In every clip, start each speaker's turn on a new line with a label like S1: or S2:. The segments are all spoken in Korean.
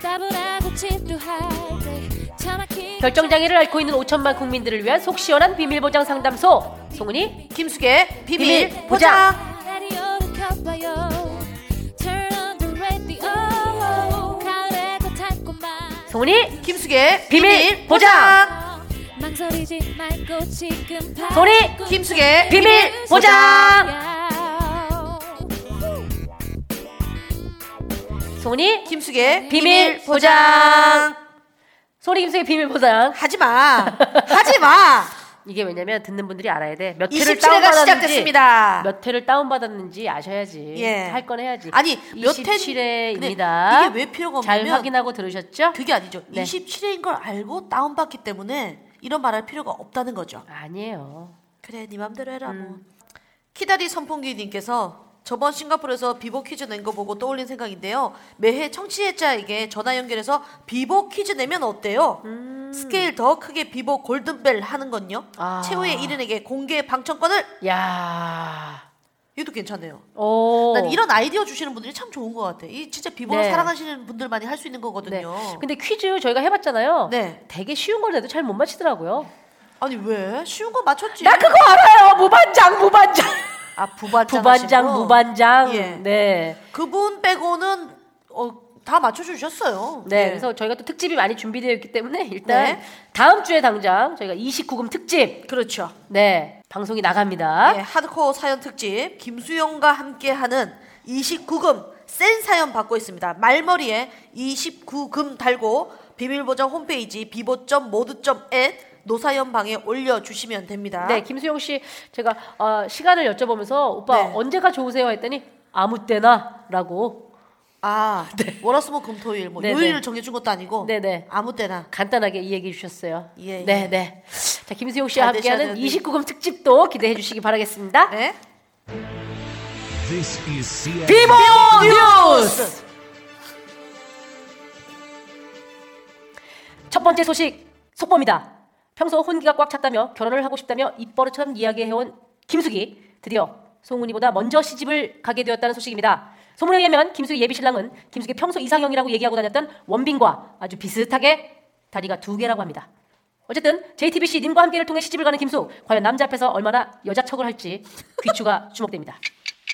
S1: 차분하고 집도할 때 차막히
S2: 결정장애를 앓고 있는 5천만 국민들을 위한 속 시원한 비밀 보장 상담소 송은이
S3: 김숙의 비밀,
S2: 비밀
S3: 보장.
S1: 라디오를 켜봐요 Turn on the radio 가을의 더 달콤한 어,
S2: 송은이
S3: 김숙의
S2: 비밀 보장.
S1: 망설이지 말고 지금 바로
S2: 소리
S3: 김숙의
S2: 비밀 보장 송은이 비밀
S3: 김숙의 비밀 보장.
S2: 소리 김숙의 비밀 보장
S3: 하지 마. 하지 마.
S2: 이게 왜냐면 듣는 분들이 알아야 돼몇 회를
S3: 27회가
S2: 다운받았는지
S3: 시작됐습니다.
S2: 몇 회를 다운받았는지 아셔야지
S3: 예.
S2: 할 건 해야지
S3: 아니, 몇 회-
S2: 27회입니다
S3: 근데 이게 왜 필요가
S2: 잘
S3: 없냐면
S2: 확인하고 들으셨죠?
S3: 그게 아니죠.
S2: 네.
S3: 27회인 걸 알고 다운받기 때문에 이런 말 할 필요가 없다는 거죠.
S2: 아니에요
S3: 그래, 네 맘대로 해라
S2: 음.
S3: 뭐. 키다리 선풍기님께서 저번 싱가포르에서 비보 퀴즈 낸 거 보고 떠올린 생각인데요. 매해 청취자에게 전화 연결해서 비보 퀴즈 내면 어때요? 스케일 더 크게 비보 골든벨 하는 건요.
S2: 음. 아.
S3: 최후의 1인에게 공개 방청권을
S2: 야
S3: 이것도 괜찮네요.
S2: 오.
S3: 난 이런 아이디어 주시는 분들이 참 좋은 것 같아. 이 진짜 비보를
S2: 네.
S3: 사랑하시는 분들만이 할 수 있는
S2: 네.
S3: 거거든요.
S2: 근데 퀴즈 저희가 해봤잖아요.
S3: 네.
S2: 되게 쉬운 걸 내도 잘 못 맞히더라고요.
S3: 아니 왜 쉬운 거 맞췄지?
S2: 나 그거 알아요. 무반장, 무반장.
S3: 아 부반장
S2: 부반장,
S3: 하시고.
S2: 무반장.
S3: 예.
S2: 네.
S3: 그분 빼고는 어, 다 맞춰주셨어요.
S2: 네.
S3: 예.
S2: 그래서 저희가 또 특집이 많이 준비되어 있기 때문에 일단
S3: 네.
S2: 다음 주에 당장 저희가 29금 특집.
S3: 그렇죠.
S2: 네. 방송이 나갑니다.
S3: 예, 하드코어 사연 특집 김수영과 함께하는 29금 센 사연 받고 있습니다. 말머리에 29금 달고 비밀보장 홈페이지 비보.모드.앱 노사연 방에 올려주시면 됩니다.
S2: 네. 김수영 씨, 제가 어, 시간을 여쭤보면서 오빠
S3: 네.
S2: 언제가 좋으세요? 했더니 아무 때나 라고
S3: 아, 월화수목 금토일 뭐
S2: 네,
S3: 요일을
S2: 네.
S3: 정해준 것도 아니고
S2: 네, 네.
S3: 아무 때나
S2: 간단하게 이 얘기해 주셨어요.
S3: 예, 예.
S2: 네, 네. 자, 김수용 씨와
S3: 잘 되셔야
S2: 함께하는
S3: 되는데.
S2: 29금 특집도 기대해 주시기 바라겠습니다.
S3: 네.
S4: This is CFM.
S2: 비보 뉴스! 첫 번째 소식, 속보입니다. 평소 혼기가 꽉 찼다며 결혼을 하고 싶다며 입버릇처럼 이야기해온 김숙이 드디어 송은이보다 먼저 시집을 가게 되었다는 소식입니다. 소문에 의하면 김숙의 예비 신랑은 김숙의 평소 이상형이라고 얘기하고 다녔던 원빈과 아주 비슷하게 다리가 두 개라고 합니다. 어쨌든 JTBC 님과 함께를 통해 시집을 가는 김숙 과연 남자 앞에서 얼마나 여자 척을 할지 귀추가 주목됩니다.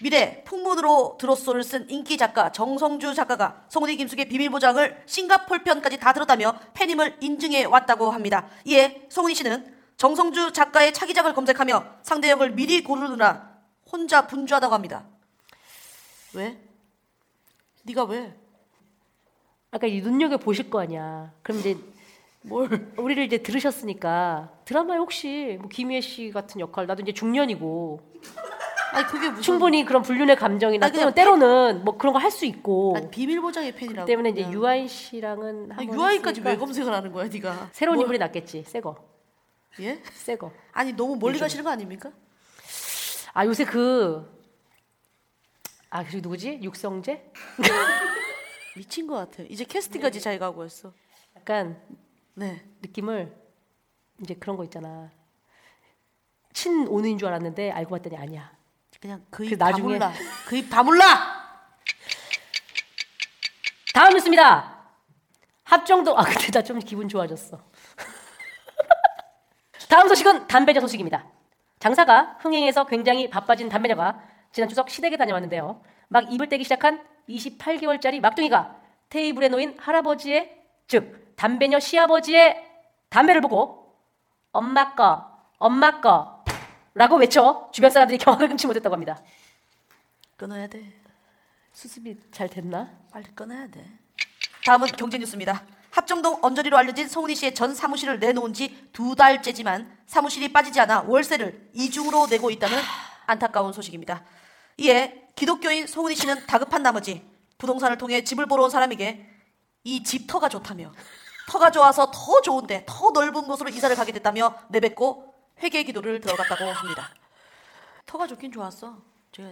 S3: 미래 풍문으로 드로소를 쓴 인기 작가 정성주 작가가 송은이 김숙의 비밀보장을 싱가폴 편까지 다 들었다며 팬임을 인증해 왔다고 합니다. 이에 송은이 씨는 정성주 작가의 차기작을 검색하며 상대 역을 미리 고르느라 혼자 분주하다고 합니다. 왜? 네가 왜?
S2: 아까 이 눈여겨 보실 거 아니야. 그럼 이제
S3: 뭘?
S2: 우리를 이제 들으셨으니까 드라마에 혹시 뭐 김희애 씨 같은 역할 나도 이제 중년이고
S3: 아니 그게 무슨
S2: 충분히 그런 불륜의 감정이나
S3: 아니, 그냥
S2: 또는 때로는 뭐 그런 거 할 수 있고
S3: 아니 비밀보장의 팬이라고
S2: 때문에 이제
S3: 그냥.
S2: 유아인 씨랑은
S3: 아니,
S2: 한번
S3: 유아인까지
S2: 했으니까
S3: 뭐- 왜 검색을 하는 거야 네가?
S2: 새로운
S3: 뭘-
S2: 인물이 낫겠지 새거
S3: 예?
S2: 새거
S3: 아니 너무 멀리
S2: 그러니까.
S3: 가시는 거 아닙니까?
S2: 아 요새 그아 아, 그리고 누구지 육성재
S3: 미친 것 같아. 이제
S2: 네.
S3: 캐스팅까지 자기가 하고 있어.
S2: 약간
S3: 네.
S2: 느낌을 이제 그런 거 있잖아 친 오누인 줄 알았는데 알고 봤더니 아니야
S3: 그냥 그
S2: 그
S3: 입
S2: 나중에-
S3: 다물라. 그 입 다물라.
S2: 다음 뉴스입니다. 합정동 아 근데 나 좀 기분 좋아졌어. 다음 소식은 담배자 소식입니다. 장사가 흥행에서 굉장히 바빠진 담배자가 지난 추석 시댁에 다녀왔는데요. 막 입을 떼기 시작한 28개월짜리 막둥이가 테이블에 놓인 할아버지의 즉 담배녀 시아버지의 담배를 보고 엄마 거 엄마 거 라고 외쳐 주변 사람들이 경악을 금치 못했다고 합니다.
S3: 끊어야 돼.
S2: 수습이 잘 됐나?
S3: 빨리 끊어야 돼. 다음은 경제 뉴스입니다. 합정동 언저리로 알려진 송은희 씨의 전 사무실을 내놓은 지 두 달째지만 사무실이 빠지지 않아 월세를 이중으로 내고 있다는 안타까운 소식입니다. 이에 기독교인 송은희 씨는 다급한 나머지 부동산을 통해 집을 보러 온 사람에게 이 집터가 좋다며 터가 좋아서 더 좋은데 더 넓은 곳으로 이사를 가게 됐다며 내뱉고 회개 기도를 들어갔다고 합니다. 터가 좋긴 좋았어. 제가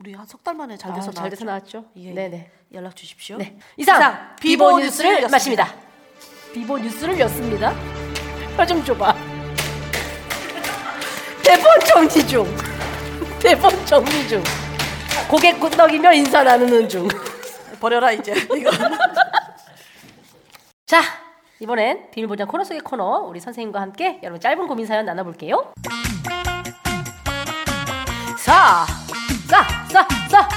S3: 우리 한 석 달 만에 잘 돼서
S2: 아, 잘 돼서 나왔죠.
S3: 예,
S2: 네네.
S3: 연락 주십시오.
S2: 네. 이상, 비보 뉴스를
S3: 였습니다.
S2: 마칩니다. 비보 뉴스를 였습니다. 아, 혀좀 줘봐. 대본 정리 중. 대본 정리 중. 고개 끄덕이며 인사 나누는 중.
S3: 버려라 이제 이거.
S2: 자, 이번엔 비밀보장 코너 속의 코너 우리 선생님과 함께 여러분 짧은 고민 사연 나눠볼게요. 사, 사, 사, 사.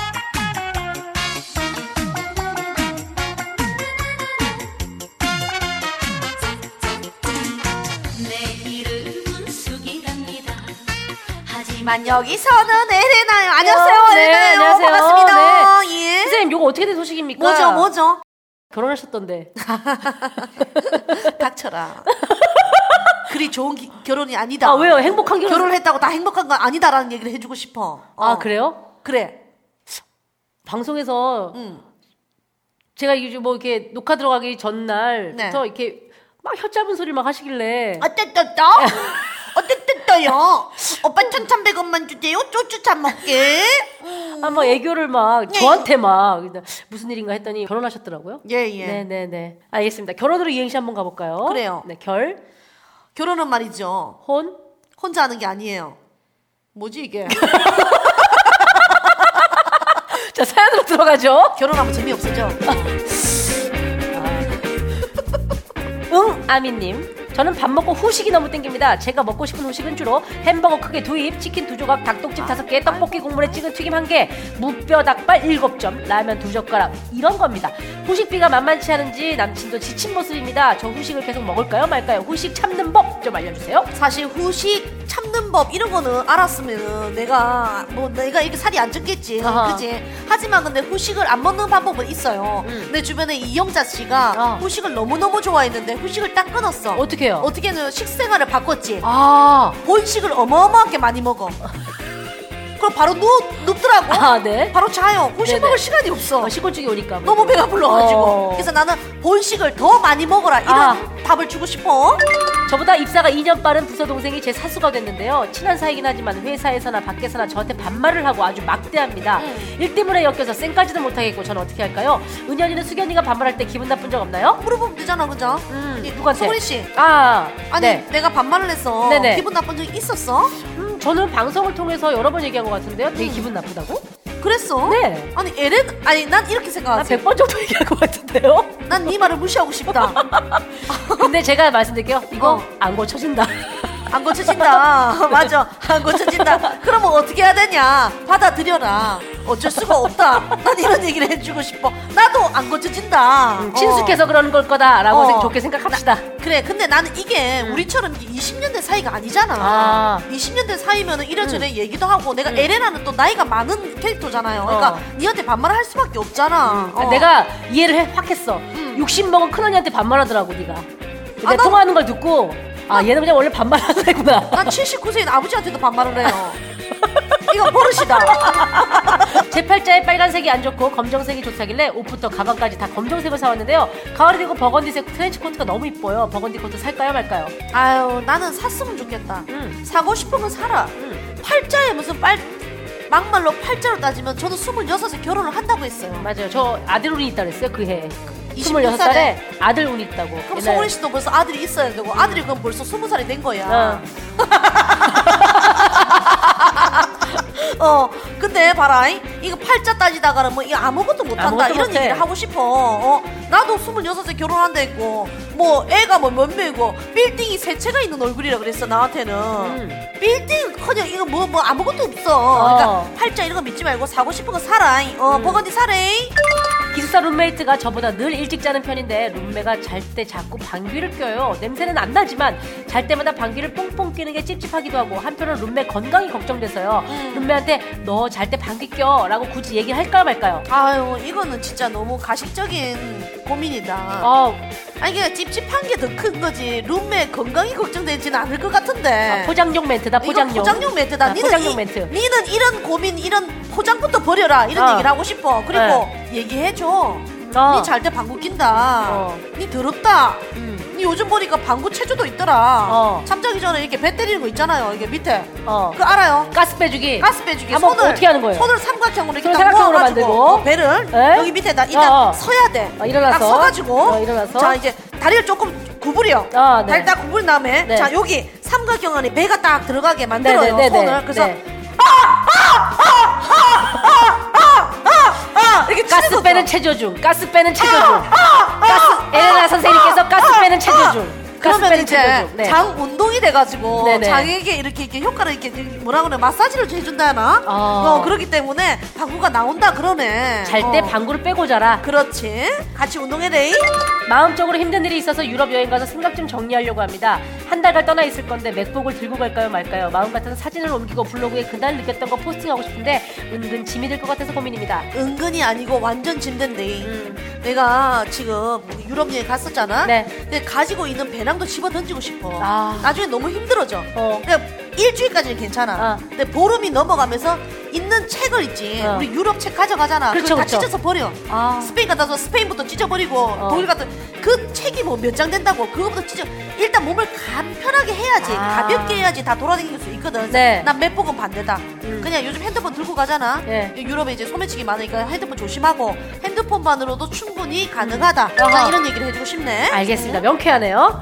S3: 하지만 여기서는 에레나요. 안녕하세요,
S2: 어, 네,
S3: 에레나요.
S2: 안녕하세요. 네.
S3: 반갑습니다. 예.
S2: 선생님, 요거 어떻게 된 소식입니까?
S3: 뭐죠, 뭐죠?
S2: 결혼하셨던데.
S3: 닥쳐라. 그리 좋은 기- 결혼이 아니다.
S2: 아 왜요? 행복한 결혼.
S3: 결혼을 했다고 다 행복한 건 아니다라는 얘기를 해주고 싶어. 어.
S2: 아 그래요?
S3: 그래.
S2: 방송에서
S3: 응.
S2: 제가 이게 뭐 이렇게 녹화 들어가기 전날부터
S3: 네.
S2: 이렇게 막 혀 짧은 소리를 막 하시길래
S3: 어쨌든요. 어쨌든요. 오빠 1,300원만 주세요. 쪼쭈 참 먹게.
S2: 아막 애교를 막
S3: 네.
S2: 저한테 막 무슨 일인가 했더니 결혼하셨더라고요.
S3: 예, 예.
S2: 네네네. 알겠습니다. 결혼으로 이행시 한번 가볼까요?
S3: 그래요.
S2: 네, 결,
S3: 결혼은 말이죠.
S2: 혼,
S3: 혼자 하는 게 아니에요. 뭐지 이게?
S2: 자 사연으로 들어가죠.
S3: 결혼하면 재미없어져.
S2: 응 아미님. 저는 밥 먹고 후식이 너무 땡깁니다. 제가 먹고 싶은 후식은 주로 햄버거 크게 두 입, 치킨 두 조각, 닭똥집 다섯 개, 떡볶이 국물에 찍은 튀김 한 개, 무뼈 닭발 일곱 점, 라면 두 젓가락 이런 겁니다. 후식비가 만만치 않은지 남친도 지친 모습입니다. 저 후식을 계속 먹을까요 말까요? 후식 참는 법 좀 알려주세요.
S3: 사실 후식 참는 법 이런 거는 알았으면은 내가 뭐 내가 이렇게 살이 안 쪘겠지
S2: 아하.
S3: 그지 하지만 근데 후식을 안 먹는 방법은 있어요
S2: 음.
S3: 내 주변에 이영자 씨가
S2: 어.
S3: 후식을 너무너무 좋아했는데 후식을 딱 끊었어
S2: 어떻게요?
S3: 어떻게는 식생활을 바꿨지
S2: 아,
S3: 본식을 어마어마하게 많이 먹어 그럼 바로 누, 눕더라고
S2: 아 네.
S3: 바로 자요 후식
S2: 네네.
S3: 먹을 시간이 없어
S2: 어, 식곤증이 오니까
S3: 너무 배가 불러가지고
S2: 어.
S3: 그래서 나는 본식을 더 많이 먹어라 이런
S2: 아.
S3: 답을 주고 싶어
S2: 저보다 입사가 2년 빠른 부서 동생이 제 사수가 됐는데요. 친한 사이긴 하지만 회사에서나 밖에서나 저한테 반말을 하고 아주 막대합니다.
S3: 네.
S2: 일 때문에 엮여서 쌩까지도 못하겠고 저는 어떻게 할까요? 은연이는 수견이가 반말할 때 기분 나쁜 적 없나요?
S3: 물어보면 되잖아 그죠
S2: 음,
S3: 아니,
S2: 누구한테?
S3: 소리 씨
S2: 아,
S3: 아니
S2: 네.
S3: 내가 반말을 해서
S2: 네네.
S3: 기분 나쁜 적 있었어?
S2: 음, 저는 방송을 통해서 여러 번 얘기한 것 같은데요. 되게 기분 나쁘다고?
S3: 음. 그랬어?
S2: 네.
S3: 아니 에렌 아니 네. 난 이렇게
S2: 한
S3: 생각하지
S2: 100번 정도 얘기한 것 같은데요.
S3: 난 네 말을 무시하고 싶다
S2: 근데 제가 말씀드릴게요. 이거
S3: 어.
S2: 안 고쳐진다.
S3: 안 고쳐진다 맞아 안 고쳐진다 그러면 어떻게 해야 되냐 받아들여라 어쩔 수가 없다 난 이런 얘기를 해주고 싶어 나도 안 고쳐진다
S2: 음, 친숙해서 그러는 걸 거다라고
S3: 어.
S2: 생- 좋게 생각합시다.
S3: 어. 그래 근데 나는 이게 우리처럼 20년대 사이가 아니잖아
S2: 아.
S3: 20년대 사이면은 이래저래 얘기도 하고 내가 에레나는 또 나이가 많은 캐릭터잖아요 그러니까
S2: 어.
S3: 니한테 반말을 할 수밖에 없잖아
S2: 아,
S3: 어.
S2: 내가 이해를 해, 확 했어. 60 먹은 큰 언니한테 반말하더라고 네가. 내
S3: 나-
S2: 통화하는 걸 듣고 아 얘는 그냥 원래 반말하는 애구나.
S3: 난 79세인 아버지한테도 반말을 해요. 이거 버릇이다.
S2: 제 팔자에 빨간색이 안 좋고 검정색이 좋다길래 옷부터 가방까지 다 검정색을 사왔는데요. 가을이 되고 버건디색 트렌치 코트가 너무 이뻐요. 버건디 코트 살까요 말까요?
S3: 아유, 나는 샀으면 좋겠다.
S2: 음.
S3: 사고 싶으면 사라.
S2: 음.
S3: 팔자에 무슨 빨 막말로 팔자로 따지면 저는 26에 결혼을 한다고 했어요.
S2: 맞아요. 저 아들 운이 있다 그랬어요 그 해.
S3: 26
S2: 26살에 아들 운이 있다고.
S3: 그럼
S2: 옛날에.
S3: 송은이 씨도 벌써 아들이 있어야 되고 아들이 그럼 벌써 20살이 된 거야.
S2: 어.
S3: 어. 근데 봐라. 이- 이거 팔자 따지다가 뭐 이거 아무것도 못 한다.
S2: 아무것도
S3: 이런
S2: 못해.
S3: 얘기를 하고 싶어. 어. 나도 26에 결혼한다 했고 뭐 애가 뭐 몇 명이고 빌딩이 세 채가 있는 얼굴이라 그랬어 나한테는.
S2: 음.
S3: 빌딩 커녕 이거 뭐 뭐 아무것도 없어.
S2: 어. 음.
S3: 그러니까 팔자 이런 거 믿지 말고 사고 싶은 거 사라. 이. 어, 버건디 사래.
S2: 기숙사 룸메이트가 저보다 늘 일찍 자는 편인데 룸메가 잘 때 자꾸 방귀를 껴요. 냄새는 안 나지만 잘 때마다 방귀를 뽕뽕 끼는 게 찝찝하기도 하고 한편은 룸메 건강이 걱정돼서요.
S3: 음.
S2: 룸메한테 너 잘 때 방귀 껴라고 굳이 얘기를 할까 말까요?
S3: 아유, 이거는 진짜 너무 가식적인 고민이다.
S2: 어,
S3: 아니 그냥 찝찝한 게 더 큰 거지 룸메 건강이 걱정되지는 않을 것 같은데
S2: 아, 포장용 멘트다 포장용.
S3: 네. 이건 포장용 멘트다
S2: 아,
S3: 니는
S2: 포장용
S3: 이,
S2: 멘트.
S3: 니는 이런 고민 이런 포장부터 버려라 이런
S2: 어. 네.
S3: 얘기를 하고 싶어 그리고 얘기해줘
S2: 어.
S3: 니 잘 때 방구 낀다
S2: 어.
S3: 니 더럽다
S2: 음,
S3: 니 요즘 보니까 방구 체조도 있더라
S2: 어.
S3: 잠자기 전에 이렇게 배 때리는 거 있잖아요 이게 밑에
S2: 어.
S3: 그거 알아요
S2: 가스 빼주기.
S3: 가스 빼주기
S2: 한번
S3: 손을
S2: 어떻게 하는 거예요?
S3: 손을 삼각형으로 이렇게
S2: 손을
S3: 딱
S2: 삼각형으로
S3: 모아가지고
S2: 만들고.
S3: 어, 배를
S2: 네?
S3: 여기 밑에다 일단
S2: 어, 어.
S3: 서야 돼.
S2: 어, 일어나서.
S3: 딱 서가지고
S2: 어, 일어나서.
S3: 자 이제 다리를 조금 구부려.
S2: 아, 네.
S3: 다리 딱 구부린 다음에
S2: 네.
S3: 자 여기 삼각형 안에 배가 딱 들어가게 만들어요
S2: 네, 네, 네,
S3: 손을
S2: 네.
S3: 그래서
S2: 네.
S3: 아, 아, 아, 아, 아, 아, 아, 이렇게
S2: 가스
S3: 치는
S2: 빼는 체조 중, 가스 빼는 체조 중.
S3: 아,
S2: 가스 에레나 선생님께서 가스 빼는 체조 중. 가스
S3: 그러면
S2: 빼는
S3: 이제
S2: 체조 중. 네.
S3: 장 운동이 돼가지고
S2: 네네.
S3: 장에게 이렇게 이렇게 효과를 이렇게 뭐라 그래 마사지를 좀 해준다나
S2: 어.
S3: 어. 그렇기 때문에 방구가 나온다 그러네
S2: 잘 때
S3: 어.
S2: 방구를 빼고 자라.
S3: 그렇지 같이 운동해 레이
S2: 마음적으로 힘든 일이 있어서 유럽 여행 가서 생각 좀 정리하려고 합니다. 한 달간 떠나 있을 건데 맥북을 들고 갈까요 말까요? 마음 같아서 사진을 옮기고 블로그에 그날 느꼈던 거 포스팅하고 싶은데 은근 짐이 될 것 같아서 고민입니다.
S3: 은근히 아니고 완전 짐든데
S2: 음.
S3: 내가 지금 유럽 여행 갔었잖아
S2: 네.
S3: 근데 가지고 있는 배낭도 집어 던지고 싶어
S2: 아.
S3: 나중에 너무 힘들어져
S2: 어.
S3: 그러니까 일주일까지는 괜찮아
S2: 어.
S3: 근데 보름이 넘어가면서 있는 책을 있지
S2: 어.
S3: 우리 유럽 책 가져가잖아
S2: 그렇죠,
S3: 그걸 다
S2: 그렇죠.
S3: 찢어서 버려
S2: 아.
S3: 스페인 갔다 와서 스페인부터 찢어버리고 독일 갔다 그 책이 뭐 몇 장 된다고 그거부터 찢어 일단 몸을 간편하게 해야지
S2: 아.
S3: 가볍게 해야지 다 돌아다닐 수 있거든
S2: 네. 음.
S3: 난 맥북은 반대다 그냥 요즘 핸드폰 들고 가잖아
S2: 예.
S3: 유럽에 이제 소매치기 많으니까 핸드폰 조심하고 핸드폰만으로도 충분히 가능하다
S2: 음. 어허.
S3: 난 이런 얘기를 해주고 싶네
S2: 알겠습니다. 명쾌하네요.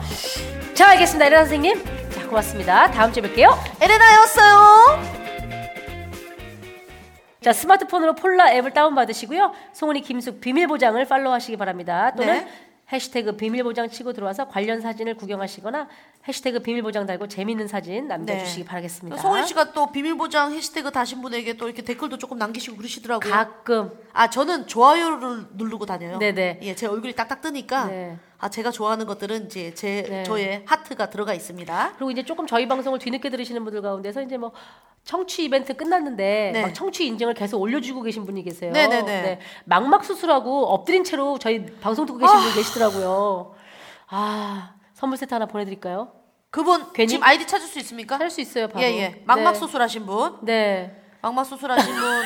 S2: 자, 알겠습니다. 에레나 선생님. 자, 고맙습니다. 다음 주에 뵐게요.
S3: 에레나였어요
S2: 네. 자 스마트폰으로 폴라 앱을 다운받으시고요. 송은이 김숙 비밀보장을 팔로우하시기 바랍니다. 또는
S3: 네.
S2: 해시태그 비밀보장 치고 들어와서 관련 사진을 구경하시거나 해시태그 비밀보장 달고 재밌는 사진 남겨주시기 바라겠습니다.
S3: 네. 송은 씨가 또 비밀보장 해시태그 다신 분에게 또 이렇게 댓글도 조금 남기시고 그러시더라고요
S2: 가끔
S3: 아 저는 좋아요를 누르고 다녀요.
S2: 네네.
S3: 예, 제 얼굴이 딱딱 뜨니까
S2: 네.
S3: 아 제가 좋아하는 것들은 이제 제
S2: 네.
S3: 저의 하트가 들어가 있습니다.
S2: 그리고 이제 조금 저희 방송을 뒤늦게 들으시는 분들 가운데서 이제 뭐 청취 이벤트 끝났는데
S3: 네.
S2: 막 청취 인증을 계속 올려주고 계신 분이 계세요.
S3: 네네네.
S2: 막막 수술하고 엎드린 채로 저희 방송 듣고 계신
S3: 아.
S2: 분 계시더라고요. 아 선물 세트 하나 보내드릴까요?
S3: 그분
S2: 괜히-
S3: 지금 아이디 찾을 수 있습니까?
S2: 할 수 있어요 바로.
S3: 예, 예. 막막
S2: 네.
S3: 수술하신 분,
S2: 네.
S3: 막막 수술하신 분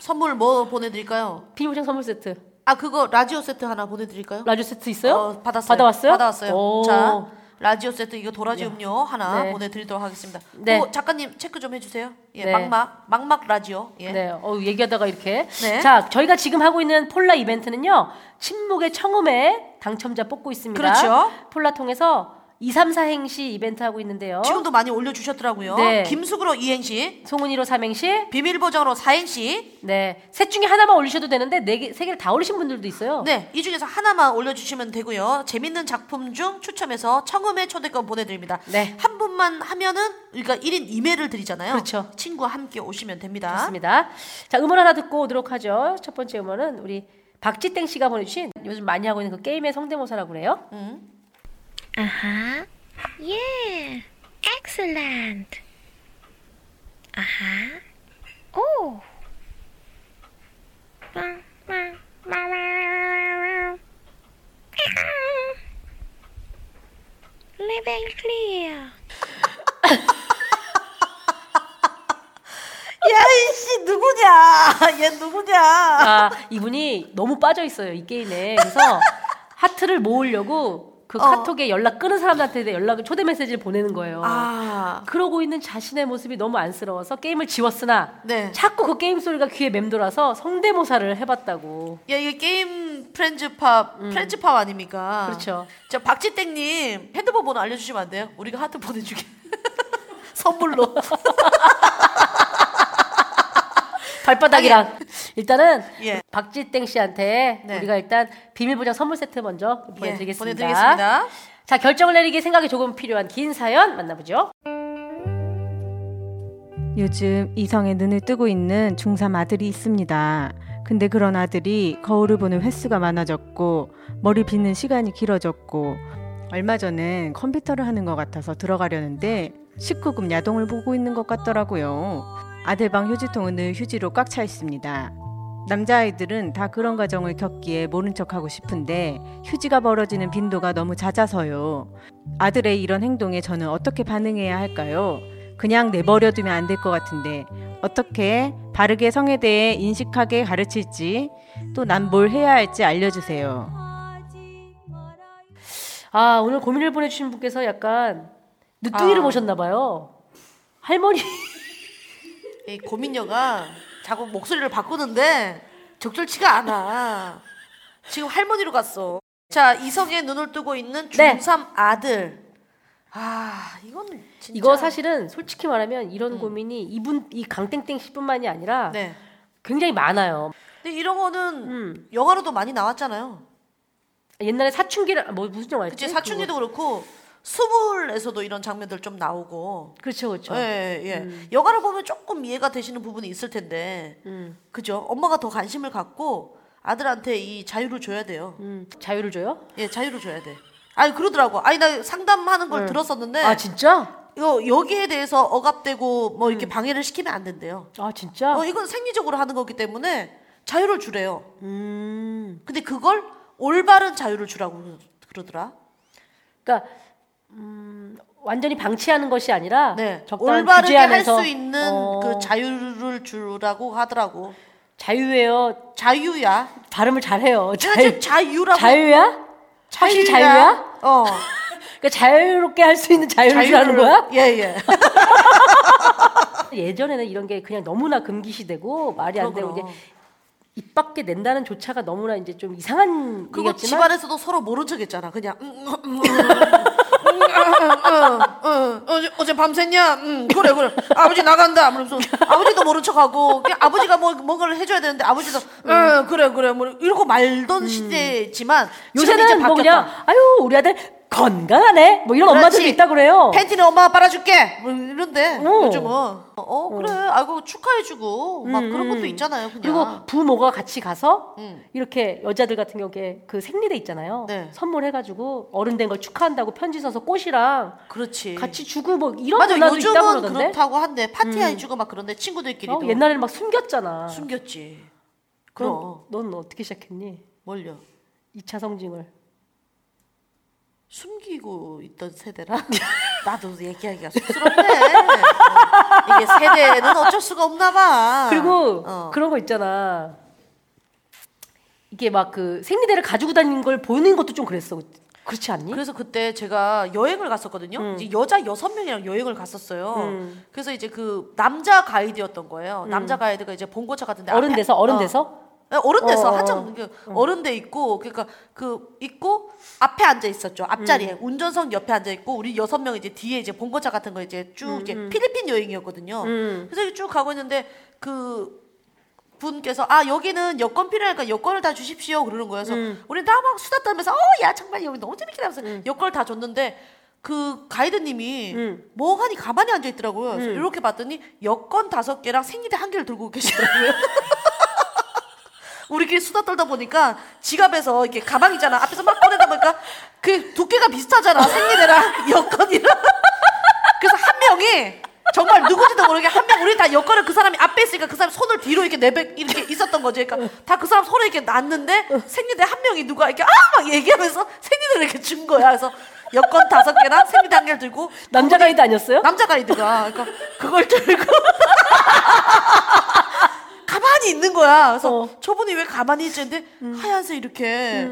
S3: 선물 뭐 보내드릴까요?
S2: 비밀보장 선물 세트.
S3: 아 그거 라디오 세트 하나 보내드릴까요?
S2: 라디오 세트 있어요?
S3: 어, 받았어요.
S2: 받아왔어요?
S3: 받아왔어요.
S2: 오.
S3: 자 라디오 세트 이거 도라지 음료 하나
S2: 네.
S3: 보내드리도록 하겠습니다.
S2: 네.
S3: 그거 작가님 체크 좀 해주세요. 예,
S2: 네.
S3: 막막 막막 라디오. 예.
S2: 네, 어, 얘기하다가 이렇게.
S3: 네.
S2: 자, 저희가 지금 하고 있는 폴라 이벤트는요, 침묵의 청음에 당첨자 뽑고 있습니다.
S3: 그렇죠.
S2: 폴라 통해서 2, 3, 4행시 이벤트 하고 있는데요.
S3: 지금도 많이 올려주셨더라고요.
S2: 네.
S3: 김숙으로 이행시,
S2: 송은이로 3행시.
S3: 비밀 보장으로 4행시.
S2: 네. 셋 중에 하나만 올리셔도 되는데, 네 개, 세 개를 다 올리신 분들도 있어요.
S3: 네, 이 중에서 하나만 올려주시면 되고요. 재밌는 작품 중 추첨해서 청음의 초대권 보내드립니다.
S2: 네.
S3: 한 분만 하면은 우리가 1인 2매를 드리잖아요.
S2: 그렇죠.
S3: 친구와 함께 오시면 됩니다.
S2: 좋습니다. 자, 음원 하나 듣고 오도록 하죠. 첫 번째 음원은 우리 박지땡 씨가 보내주신 요즘 많이 하고 있는 그 게임의 성대모사라고 그래요.
S3: 음.
S4: Uh huh. Yeah. Excellent. Uh huh. Oh. Level clear.
S3: 야, 이씨, 누구냐? 얘 누구냐?
S2: 아, 이분이 너무 빠져 있어요, 이 게임에. 그래서 하트를 모으려고 그
S3: 어.
S2: 카톡에 연락 끊은 사람한테 연락을 초대 메시지를 보내는 거예요.
S3: 아,
S2: 그러고 있는 자신의 모습이 너무 안쓰러워서 게임을 지웠으나
S3: 네.
S2: 자꾸 그 게임 소리가 귀에 맴돌아서 성대모사를 해봤다고.
S3: 야, 이게 게임 프렌즈팝, 프렌즈팝 아닙니까?
S2: 음. 그렇죠.
S3: 저 박지땡님 핸드폰 번호 알려주시면 안 돼요? 우리가 하트 보내주게. 선물로.
S2: 발바닥이랑 일단은
S3: 예.
S2: 박지땡 씨한테
S3: 네.
S2: 우리가 일단 비밀 보장 선물 세트 먼저 보내드리겠습니다.
S3: 예, 보내드리겠습니다.
S2: 자 결정을 내리기 생각이 조금 필요한 긴 사연 만나보죠.
S5: 요즘 이성의 눈을 뜨고 있는 중3 아들이 있습니다. 근데 그런 아들이 거울을 보는 횟수가 많아졌고, 머리 빗는 시간이 길어졌고, 얼마 전엔 컴퓨터를 하는 것 같아서 들어가려는데, 19금 야동을 보고 있는 것 같더라고요. 아들 방 휴지통은 늘 휴지로 꽉 차 있습니다. 남자아이들은 다 그런 과정을 겪기에 모른 척하고 싶은데, 휴지가 벌어지는 빈도가 너무 잦아서요. 아들의 이런 행동에 저는 어떻게 반응해야 할까요? 그냥 내버려두면 안 될 것 같은데 어떻게 바르게 성에 대해 인식하게 가르칠지 또 난 뭘 해야 할지 알려주세요.
S2: 아 오늘 고민을 보내주신 분께서 약간 늦둥이를
S3: 아.
S2: 보셨나 봐요. 할머니
S3: 이 고민녀가 자꾸 목소리를 바꾸는데 적절치가 않아. 지금 할머니로 갔어. 자, 이성의 눈을 뜨고 있는
S2: 네.
S3: 중3 아들. 아, 이건 진짜.
S2: 이거 사실은 솔직히 말하면 이런 고민이 이분 이 강땡땡 씨뿐만이 아니라
S3: 음. 네.
S2: 굉장히 많아요.
S3: 근데 이런 거는
S2: 음.
S3: 영화로도 많이 나왔잖아요.
S2: 옛날에 사춘기라 뭐 무슨 영화였지?
S3: 그치 사춘기도 그렇고 수불에서도 이런 장면들 좀 나오고.
S2: 그렇죠 그렇죠.
S3: 예, 예. 영화를 보면 조금 이해가 되시는 부분이 있을 텐데.
S2: 음.
S3: 그죠? 엄마가 더 관심을 갖고 아들한테 이 자유를 줘야 돼요.
S2: 음. 자유를 줘요?
S3: 예, 자유를 줘야 돼. 아니 그러더라고. 아니 나 상담하는 걸
S2: 음.
S3: 들었었는데
S2: 아 진짜?
S3: 이거 여기에 대해서 억압되고 뭐 이렇게 방해를 시키면 안 된대요.
S2: 아 진짜?
S3: 어, 이건 생리적으로 하는 거기 때문에 자유를 주래요.
S2: 음.
S3: 근데 그걸 올바른 자유를 주라고 그러- 그러더라.
S2: 그러니까 음, 완전히 방치하는 것이 아니라
S3: 네,
S2: 적당한
S3: 올바르게 할
S2: 규제하면서,
S3: 수 있는
S2: 어,
S3: 그 자유를 주라고 하더라고.
S2: 자유예요.
S3: 자유야.
S2: 발음을 잘해요.
S3: 제가
S2: 자유,
S3: 지금 자유라고.
S2: 자유야? 확실히 자유야?
S3: 어.
S2: 그러니까 자유롭게 할 수 있는 자유를 주라는
S3: 자유를-
S2: 거야?
S3: 예, 예. 아.
S2: 예전에는 이런 게 그냥 너무나 금기시되고 말이 안 되고 이제
S3: 그럼, 그럼.
S2: 입 밖에 낸다는 조차가 너무나 이제 좀 이상한
S3: 그거
S2: 얘기였지만
S3: 집안에서도 서로 모른 척했잖아. 그냥 음, 음, 음, 음, 음, 음, 음, 어제, 어제 밤샜냐? 음, 그래 그래. 아버지 나간다. 그러면서 아버지도 모른 척하고 그냥 아버지가 뭐 뭔가를 해줘야 되는데 아버지도 음, 그래 그래 뭐 이러고 말던 시대지만 지금
S2: 요새는 뭐 그냥 아유 우리 아들 건강하네 뭐 이런 엄마들도
S3: 그렇지.
S2: 있다 그래요.
S3: 팬티는 엄마 빨아줄게. 뭐 이런데
S2: 어.
S3: 요즘은 어, 어 그래 아이고 축하해주고 막 그런 것도 있잖아요. 그냥
S2: 그리고 부모가 같이 가서
S3: 음.
S2: 이렇게 여자들 같은 경우에 그 생리대 있잖아요.
S3: 네.
S2: 선물해가지고 어른 된 걸 축하한다고 편지 써서 꽃이랑
S3: 그렇지.
S2: 같이 주고 뭐 이런
S3: 네. 맞아
S2: 문화도 있다고
S3: 요즘은
S2: 그러던데.
S3: 그렇다고 한데 파티 해주고 막 그런데 친구들끼리도
S2: 어, 옛날에는 막 숨겼잖아.
S3: 숨겼지.
S2: 그럼
S3: 그럼
S2: 넌 어떻게 시작했니?
S3: 뭘요?
S2: 2차 성징을.
S3: 숨기고 있던 세대라 나도 얘기하기가 쑥스럽네. 어, 이게 세대는 어쩔 수가 없나 봐.
S2: 그리고
S3: 어.
S2: 그런 거 있잖아. 이게 막 그 생리대를 가지고 다니는 걸 보는 것도 좀 그랬어. 그렇지 않니?
S3: 그래서 그때 제가 여행을 갔었거든요.
S2: 음.
S3: 이제 여자 여섯 명이랑 여행을 갔었어요. 그래서 이제 그 남자 가이드였던 거예요. 남자 가이드가 이제 봉고차 같은데
S2: 음. 어른
S3: 앞에-
S2: 돼서 어른
S3: 어.
S2: 돼서
S3: 네, 어른 돼서
S2: 어, 어,
S3: 한참 그 어른 돼 있고 그러니까 그 있고 앞에 앉아 있었죠
S2: 음.
S3: 앞자리에 운전석 옆에 앉아 있고 우리 여섯 명 이제 뒤에 이제 본거차 같은 거 이제 쭉
S2: 음,
S3: 이제 필리핀 여행이었거든요 그래서 이렇게 쭉 가고 있는데 그 분께서 아 여기는 여권 필요하니까 여권을 다 주십시오 그러는 거예요 그래서
S2: 음.
S3: 우리 다 막 수다 떨면서 어 야 정말 여기 너무 재밌게 하면서 여권을 다 줬는데 그 가이드님이
S2: 음.
S3: 멍하니 가만히 앉아 있더라고요 그래서 이렇게 봤더니 여권 다섯 개랑 생리대 한 개를 들고 계시더라고요 우리끼리 수다 떨다 보니까 지갑에서 이렇게 가방 있잖아. 앞에서 막 꺼내다 보니까 그 두께가 비슷하잖아. 생리대랑 여권이랑. 그래서 한 명이 정말 누구지도 모르게 한 명 우리 다 여권을 그 사람이 앞에 있으니까 그 사람 손을 뒤로 이렇게 내뱉 이렇게 있었던 거지. 그러니까 다 그 사람 손에 이렇게 놨는데 생리대 한 명이 누가 이렇게 아 막 얘기하면서 생리대를 이렇게 준 거야. 그래서 여권 다섯 개랑 생리대 한 개를 들고
S2: 남자 가이드 아니었어요?
S3: 남자 가이드가 그러니까 그걸 들고 가만히 있는 거야. 그래서
S2: 어. 음.
S3: 저분이 왜 가만히 있지 했는데 하얀색 이렇게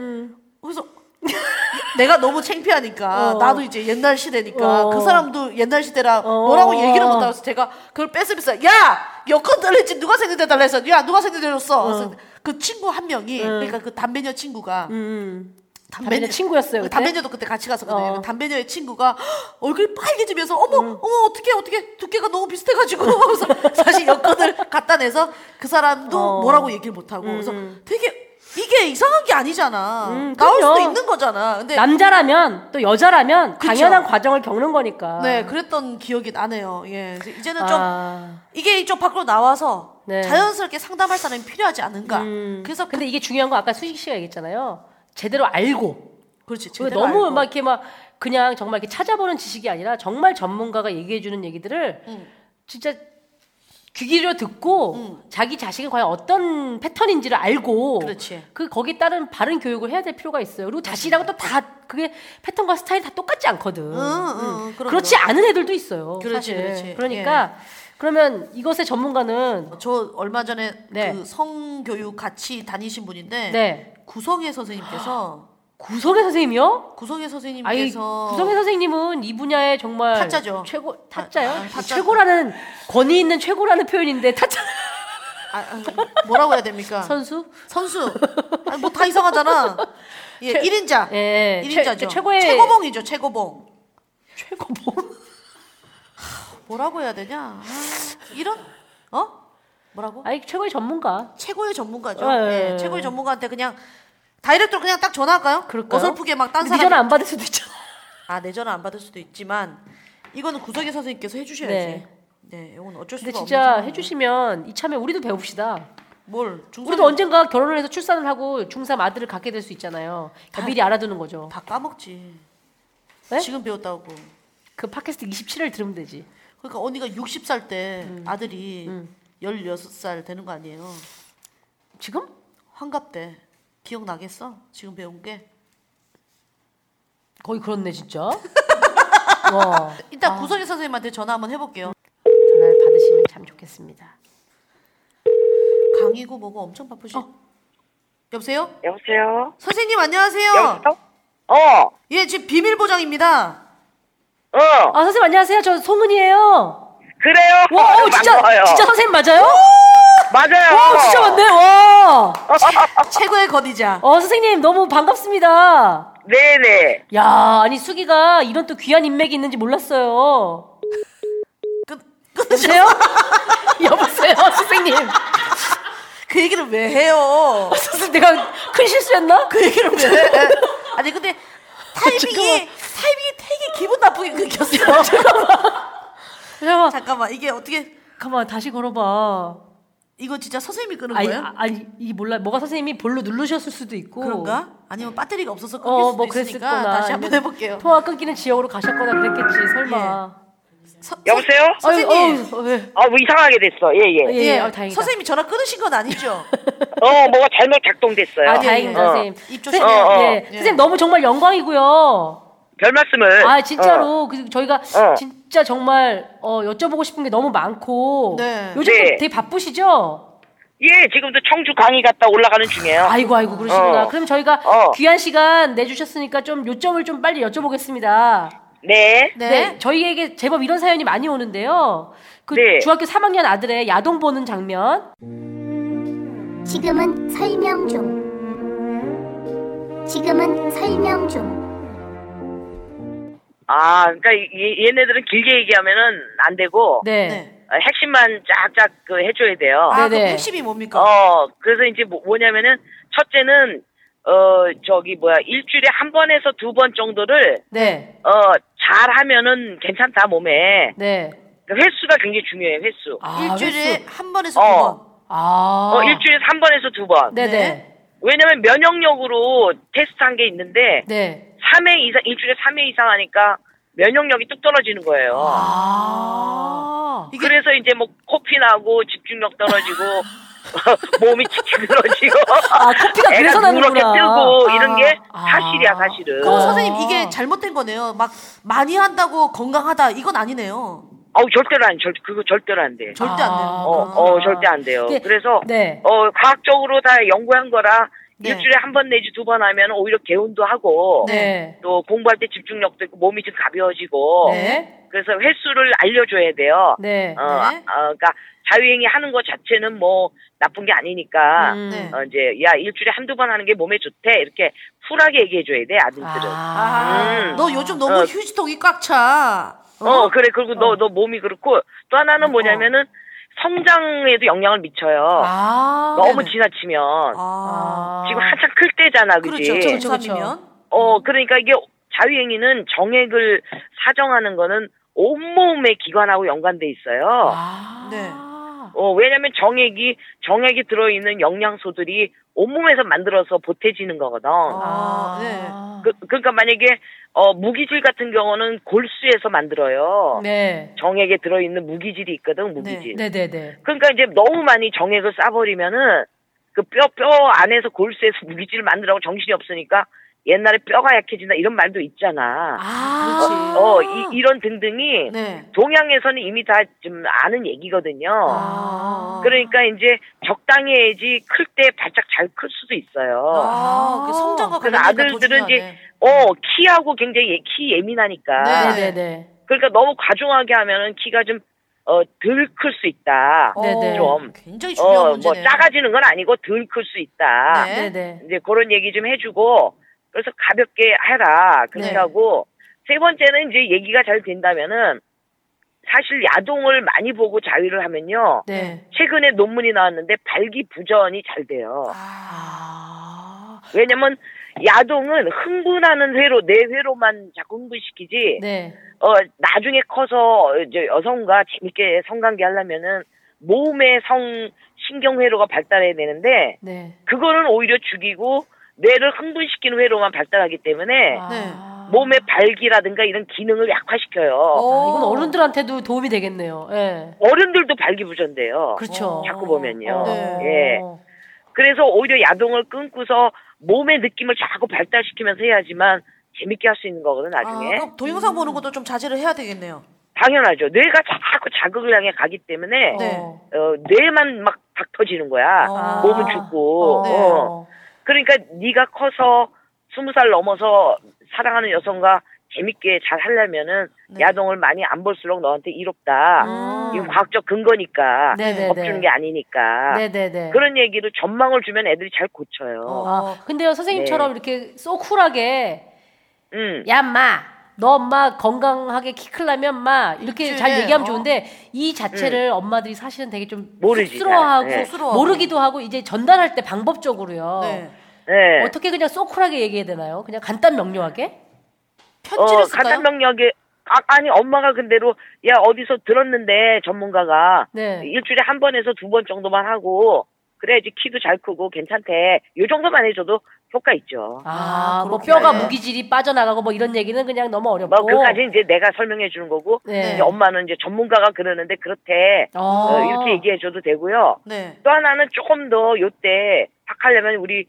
S3: 그래서 내가 너무 창피하니까
S2: 어.
S3: 나도 이제 옛날 시대니까
S2: 어.
S3: 그 사람도 옛날 시대라
S2: 어.
S3: 뭐라고 얘기를 못 하면서 제가 그걸 뺏으면서 야 여권 달랬지 누가 생리대 달라 해서 야 누가 생리대 줬어 그래서 그 친구 한
S2: 어.
S3: 명이 그러니까 그 담배녀 친구가
S2: 음. 담배녀 친구였어요, 그때?
S3: 담배녀도 그때 같이 가서 그래.
S2: 어. 음.
S3: 담배녀의 친구가 얼굴이 빨개지면서 어머 어머 어떻게 어떻게 두께가 너무 비슷해가지고 하면서 사실 여권을 갖다 내서 그 사람도
S2: 어.
S3: 뭐라고 얘기를 못하고 그래서 되게 이게 이상한 게 아니잖아.
S2: 음,
S3: 나올 수도
S2: 그럼요.
S3: 있는 거잖아. 근데
S2: 남자라면 또 여자라면
S3: 네. 그쵸.
S2: 당연한 과정을 겪는 거니까.
S3: 네 그랬던 기억이 나네요. 예 그래서 이제는 좀
S2: 아,
S3: 이게 좀 밖으로 나와서
S2: 네.
S3: 자연스럽게 상담할 사람이 필요하지 않은가. 그래서
S2: 음.
S3: 그-
S2: 근데 이게 중요한 건 아까 수식 씨가 얘기했잖아요. 제대로 알고.
S3: 그렇지
S2: 그
S3: 제대로
S2: 너무
S3: 알고.
S2: 막 이렇게 막 그냥 정말 이렇게 찾아보는 지식이 아니라 정말 전문가가 얘기해 주는 얘기들을
S3: 음.
S2: 진짜 귀 기울여 듣고 자기 자식이 과연 어떤 패턴인지를 알고
S3: 그렇지.
S2: 그 거기에 따른 바른 교육을 해야 될 필요가 있어요. 그리고 자식이라고 또 다 그게 패턴과 스타일이 다 똑같지 않거든.
S3: 응, 응, 그럼,
S2: 음. 그렇지 않은 애들도 있어요.
S3: 그렇지,
S2: 사실.
S3: 그렇지. 예.
S2: 그러니까 그러면 이것의 전문가는
S3: 어, 저 얼마 전에
S2: 네.
S3: 그 성교육 같이 다니신 분인데
S2: 네.
S3: 구성혜 선생님께서
S2: 구성의 선생님이요?
S3: 구성혜
S2: 아니
S3: 선생님께서
S2: 구성의 선생님은 이 분야에 정말
S3: 타짜죠.
S2: 최고 타짜요?
S3: 아, 아, 타짜.
S2: 최고라는 권위 있는 최고라는 표현인데 타짜
S3: 아, 아, 뭐라고 해야 됩니까?
S2: 선수?
S3: 선수 뭐 다 이상하잖아. 예,
S2: 최-
S3: 1인자.
S2: 예, 최-
S3: 1인자죠.
S2: 최고의-
S3: 최고봉이죠, 최고봉.
S2: 최고봉.
S3: 뭐라고 해야 되냐? 아, 이런 어? 뭐라고?
S2: 아이 최고의 전문가.
S3: 최고의 전문가죠.
S2: 예.
S3: 예, 최고의 전문가한테 그냥 다이렉트로 그냥 딱 전화할까요?
S2: 그럴까요?
S3: 어설프게 막 딴
S2: 근데 네
S3: 사람
S2: 전화 안 받을 수도 있잖아.
S3: 아, 내 전화 안 받을 수도 있지만 이거는 구석의 선생님께서 해 주셔야지. 네. 이건 어쩔 수가
S2: 근데
S3: 없는
S2: 진짜
S3: 상황이에요.
S2: 해주시면 이참에 우리도 배웁시다.
S3: 뭘 중소년
S2: 우리도 언젠가 결혼을 해서 출산을 하고 중3 아들을 갖게 될 수 있잖아요. 그러니까 미리 알아두는 거죠.
S3: 다 까먹지.
S2: 네?
S3: 지금 배웠다고.
S2: 그 팟캐스트 27을 들으면 되지.
S3: 그러니까 언니가 60살 때
S2: 음.
S3: 아들이 16살 되는 거 아니에요.
S2: 지금?
S3: 환갑 때 기억나겠어? 지금 배운 게.
S2: 거의 그렇네 진짜. 어. 와.
S3: 일단 구석의 선생님한테 전화 한번 해 볼게요.
S2: 전화를 받으시면 참 좋겠습니다.
S3: 강의고 뭐고 엄청 바쁘시.
S2: 어.
S3: 여보세요?
S6: 여보세요?
S3: 선생님 안녕하세요.
S6: 여보세요? 어,
S3: 예, 지금 비밀 보장입니다.
S6: 어,
S2: 아 선생님 안녕하세요. 저 송은이에요.
S6: 그래요?
S2: 와 어, 진짜
S6: 맞아요.
S2: 진짜 선생님 맞아요?
S6: 맞아요.
S2: 와 진짜 맞네. 와.
S3: 최고의 거디자.
S2: 어 선생님 너무 반갑습니다.
S6: 네네.
S2: 야 아니 수기가 이런 또 귀한 인맥이 있는지 몰랐어요.
S3: 끝, 끝.
S2: 여보세요? 여보세요 선생님.
S3: 그 얘기를 왜 해요?
S2: 선생님 내가 큰 실수했나?
S3: 그 얘기를 왜 해? 아니, 근데
S2: 아,
S3: 타이밍이, 타이밍이 되게 기분 나쁘게 끊겼어요.
S2: 잠깐만.
S3: 잠깐만, 이게 어떻게,
S2: 잠깐만 다시 걸어봐.
S3: 이거 진짜 선생님이 끄는
S2: 아니,
S3: 거예요?
S2: 아, 아니 이 몰라 뭐가 선생님이 볼로 누르셨을 수도 있고
S3: 그런가? 아니면 배터리가 없어서 끊길
S2: 어,
S3: 수도
S2: 뭐
S3: 있으니까
S2: 그랬을거나
S3: 다시 한번 해볼게요.
S2: 통화 끊기는 지역으로 가셨거나 그랬겠지 설마.
S3: 서- 서-
S6: 여보세요?
S3: 선생님.
S2: 아유, 어우, 왜?
S6: 아, 뭐 이상하게 됐어. 예, 예.
S2: 예, 예, 아, 다행이다.
S3: 선생님이 전화 끊으신 건 아니죠?
S6: 어, 뭐가 잘못 작동됐어요.
S2: 아,
S3: 예,
S2: 다행입니다,
S6: 예.
S2: 선생님.
S3: 입
S2: 선생님,
S6: 조심해요. 어, 어.
S2: 예. 선생님 너무 정말 영광이고요.
S6: 별 말씀을. 어.
S2: 아, 진짜로 그 저희가 진짜 정말 어, 여쭤보고 싶은 게 너무 많고
S3: 네.
S2: 요즘
S6: 네.
S2: 되게 바쁘시죠?
S6: 예, 지금도 청주 강의 갔다 올라가는 중이에요.
S2: 아이고, 아이고 그러시구나.
S6: 어.
S2: 그럼 저희가
S6: 어.
S2: 귀한 시간 내주셨으니까 좀 요점을 좀 빨리 여쭤보겠습니다.
S6: 네.
S3: 네.
S2: 네, 저희에게 제법 이런 사연이 많이 오는데요. 그
S6: 네.
S2: 중학교 3학년 아들의 야동 보는 장면.
S7: 지금은 설명 중. 지금은 설명 중.
S6: 아, 그러니까 이- 얘네들은 길게 얘기하면은 안 되고
S2: 네.
S3: 네.
S6: 어, 핵심만 쫙쫙 그 해줘야 돼요.
S3: 아, 그
S2: 네네.
S3: 핵심이 뭡니까?
S6: 어, 그래서 이제 뭐- 뭐냐면은 첫째는 어 저기 뭐야 일주일에 한 번에서 두 번 정도를
S2: 네.
S6: 어 잘하면은 괜찮다 몸에
S2: 네.
S6: 그 횟수가 굉장히 중요해요 횟수
S2: 아,
S3: 일주일에
S2: 횟수.
S3: 한 번에서
S6: 어.
S3: 두 번.
S2: 아.
S6: 어 일주일에 한 번에서 두 번
S2: 네네. 네.
S3: 네.
S6: 왜냐면 면역력으로 테스트한 게 있는데
S2: 네.
S6: 삼 3회 이상 일주일에 3회 이상 하니까 면역력이 뚝 떨어지는 거예요
S2: 아.
S3: 이게-
S6: 그래서 이제 뭐 코피 나고 집중력 떨어지고 몸이 찌그러지고
S2: 아, 커피가
S6: 애가
S2: 그래서 나는구나.
S6: 누렇게 뜨고 이런 게
S2: 아.
S6: 사실이야 사실은
S3: 그럼
S2: 어.
S3: 선생님 이게 잘못된 거네요. 막 많이 한다고 건강하다 이건 아니네요.
S6: 아우 절대로 안 절, 그거 절대로 안 돼.
S3: 절대 안 되는
S2: 아,
S6: 어,
S3: 거.
S6: 어 절대 안 돼요.
S2: 네.
S6: 그래서
S2: 네.
S6: 어 과학적으로 다 연구한 거라
S3: 네.
S6: 일주일에 한 번 내지 두 번 하면 오히려 개운도 하고
S2: 네.
S6: 또 공부할 때 집중력도 있고 몸이 좀 가벼워지고
S2: 네.
S6: 그래서 횟수를 알려줘야 돼요.
S2: 네.
S6: 어, 아,
S3: 네.
S6: 어, 그러니까 자유행위 하는 것 자체는 뭐 나쁜 게 아니니까
S2: 음.
S3: 네.
S6: 어, 이제 야 일주일에 한두 번 하는 게 몸에 좋대 이렇게 쿨하게 얘기해줘야 돼 아들들은.
S2: 아.
S3: 아, 너 요즘 너무
S6: 어.
S3: 휴지통이 꽉 차.
S6: 어, 그래. 그리고 너, 너 몸이 그렇고 또
S3: 어.
S6: 하나는 뭐냐면은 성장에도 영향을 미쳐요.
S2: 아.
S6: 너무
S3: 네네.
S6: 지나치면.
S3: 아.
S2: 아.
S6: 지금 한참 클 때잖아, 그지?
S3: 그렇죠.
S2: 그렇죠,
S3: 그렇죠.
S2: 그렇죠.
S3: 면
S6: 어, 그러니까 이게 자유행위는 정액을 사정하는 거는 온몸의 기관하고 연관돼 있어요.
S2: 아.
S3: 네.
S6: 어, 왜냐면 정액이, 정액이 들어있는 영양소들이 온몸에서 만들어서 보태지는 거거든.
S3: 아, 네.
S6: 그, 그러니까 만약에, 어, 무기질 같은 경우는 골수에서 만들어요.
S2: 네.
S6: 정액에 들어있는 무기질이 있거든, 무기질.
S2: 네, 네, 네.
S6: 그러니까 이제 너무 많이 정액을 싸버리면은 그 뼈 뼈 안에서 골수에서 무기질을 만들라고 정신이 없으니까 옛날에 뼈가 약해진다 이런 말도 있잖아.
S3: 아,
S6: 어 이, 이런 등등이
S3: 네.
S6: 동양에서는 이미 다 좀 아는 얘기거든요.
S3: 아.
S6: 그러니까 이제 적당히 해야지 클 때 발짝 잘 클 수도 있어요.
S3: 아, 그 성장과
S6: 그래서
S3: 관련된 게더
S6: 아들들은 이제
S3: 중요하네.
S6: 어 키하고 굉장히 예- 키 예민하니까
S3: 네.
S2: 네, 네, 네.
S6: 그러니까 너무 과중하게 하면은 키가 좀어덜 클 수 있다.
S2: 네, 네.
S6: 좀.
S3: 굉장히 중요한
S6: 어 뭐
S3: 문제네.
S6: 작아지는 건 아니고 덜 클 수 있다.
S3: 네.
S2: 네, 네.
S6: 이제 그런 얘기 좀 해주고 그래서 가볍게 해라 그렇게
S3: 네.
S6: 하고 세 번째는 이제 얘기가 잘 된다면은 사실 야동을 많이 보고 자위를 하면요.
S3: 네.
S6: 최근에 논문이 나왔는데 발기부전이 잘 돼요.
S3: 아.
S6: 왜냐면 야동은 흥분하는 회로 내 회로만 자꾸 흥분시키지
S3: 네.
S6: 어 나중에 커서 이제 여성과 재밌게 성관계 하려면은 몸의 성 신경 회로가 발달해야 되는데
S2: 네.
S6: 그거는 오히려 죽이고 뇌를 흥분시키는 회로만 발달하기 때문에
S3: 네.
S2: 아.
S6: 몸의 발기라든가 이런 기능을 약화시켜요.
S2: 아, 이건 어른들한테도 도움이 되겠네요. 예.
S6: 어른들도 발기부전돼요.
S2: 그렇죠.
S6: 자꾸 보면요.
S2: 네.
S6: 예. 그래서 오히려 야동을 끊고서 몸의 느낌을 자꾸 발달시키면서 해야지만 재밌게 할 수 있는 거거든 나중에.
S3: 아, 그럼 동영상 보는 것도 좀 자제를 해야 되겠네요.
S6: 당연하죠. 뇌가 자꾸 자극을 향해 가기 때문에
S3: 네.
S6: 어, 뇌만 막 박터지는 거야.
S3: 아.
S6: 몸은 죽고.
S3: 어, 네.
S6: 어. 그러니까 네가 커서 스무 살 넘어서 사랑하는 여성과 재밌게 잘 하려면은
S3: 네. 아.
S6: 야동을 많이 안 볼수록 너한테 이롭다.
S2: 음.
S6: 이건 과학적 근거니까
S2: 네네네.
S6: 겁주는 게 아니니까
S2: 네네네.
S6: 그런 얘기를 전망을 주면 애들이 잘 고쳐요.
S3: 어.
S2: 아, 근데요, 선생님처럼
S6: 네.
S2: 이렇게 쏘 쿨하게,
S6: 음.
S2: 야, 마, 너 엄마 건강하게 키 크려면 마, 이렇게
S3: 그치,
S2: 잘
S3: 예.
S2: 얘기하면
S3: 어.
S2: 좋은데, 이 자체를 엄마들이 사실은 되게 좀
S6: 모르지,
S2: 쑥스러워하고,
S6: 잘. 예.
S3: 쑥스러워하고.
S2: 모르기도 하고, 이제 전달할 때
S6: 어.
S2: 방법적으로요.
S3: 네.
S6: 네.
S2: 어떻게 그냥 쏘 쿨하게 얘기해야 되나요? 그냥 간단 명료하게?
S3: 편지를 쓸까요?
S6: 간단 어, 명령에 아, 니 엄마가 근데로 야 어디서 들었는데 전문가가
S2: 네.
S6: 일주일에 한 번에서 두 번 정도만 하고 그래야지 키도 잘 크고 괜찮대. 요 정도만 해줘도 효과 있죠.
S2: 아,
S3: 아,
S2: 뭐
S3: 그렇구나.
S2: 뼈가 무기질이 빠져나가고 뭐 이런 얘기는 그냥 너무
S6: 네. 뭐
S2: 어렵고.
S6: 그까지 이제 내가 설명해 주는 거고
S2: 네.
S6: 이제 엄마는 이제 전문가가 그러는데 그렇대
S2: 어.
S6: 어, 이렇게 얘기해 줘도 되고요.
S3: 네.
S6: 또 하나는 조금 더 요때 박하려면 우리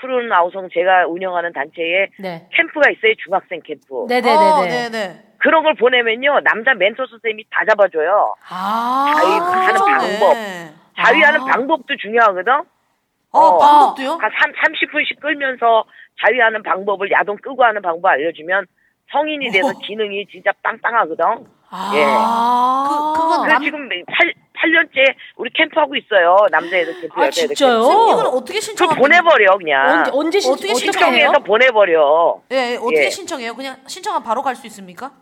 S6: 푸른 아우성 제가 운영하는 단체에
S2: 네.
S6: 캠프가 있어요 중학생 캠프
S3: 어,
S2: 네네네네.
S3: 네네.
S6: 그런 걸 보내면요 남자 멘토 선생님이 다 잡아줘요
S3: 아,
S6: 자유 하는
S3: 그렇죠. 좋네.
S6: 자위하는
S3: 아.
S6: 방법도 중요하거든
S3: 어,
S6: 어.
S3: 방법도요?
S6: 한 3, 30분씩 끌면서 자위하는 방법을 야동 끄고 하는 방법 알려주면 성인이
S2: 어.
S6: 돼서 기능이 진짜 빵빵하거든
S3: 아,
S6: 예.
S3: 그, 그건
S6: 그래서
S3: 남,
S6: 지금 8, 8년째 우리 캠프하고 있어요 남자애들 캠프
S2: 아,
S6: 여자애들
S2: 진짜요?
S6: 캠프.
S3: 선생님, 이걸 어떻게
S6: 그걸
S3: 신청하면
S6: 보내버려 그냥
S2: 언제, 언제 신,
S3: 어떻게
S2: 어떻게
S3: 신청해요?
S2: 해요?
S6: 시청에서 보내버려
S3: 예, 예, 어떻게
S6: 예.
S3: 신청해요? 그냥 신청하면 바로 갈 수 있습니까?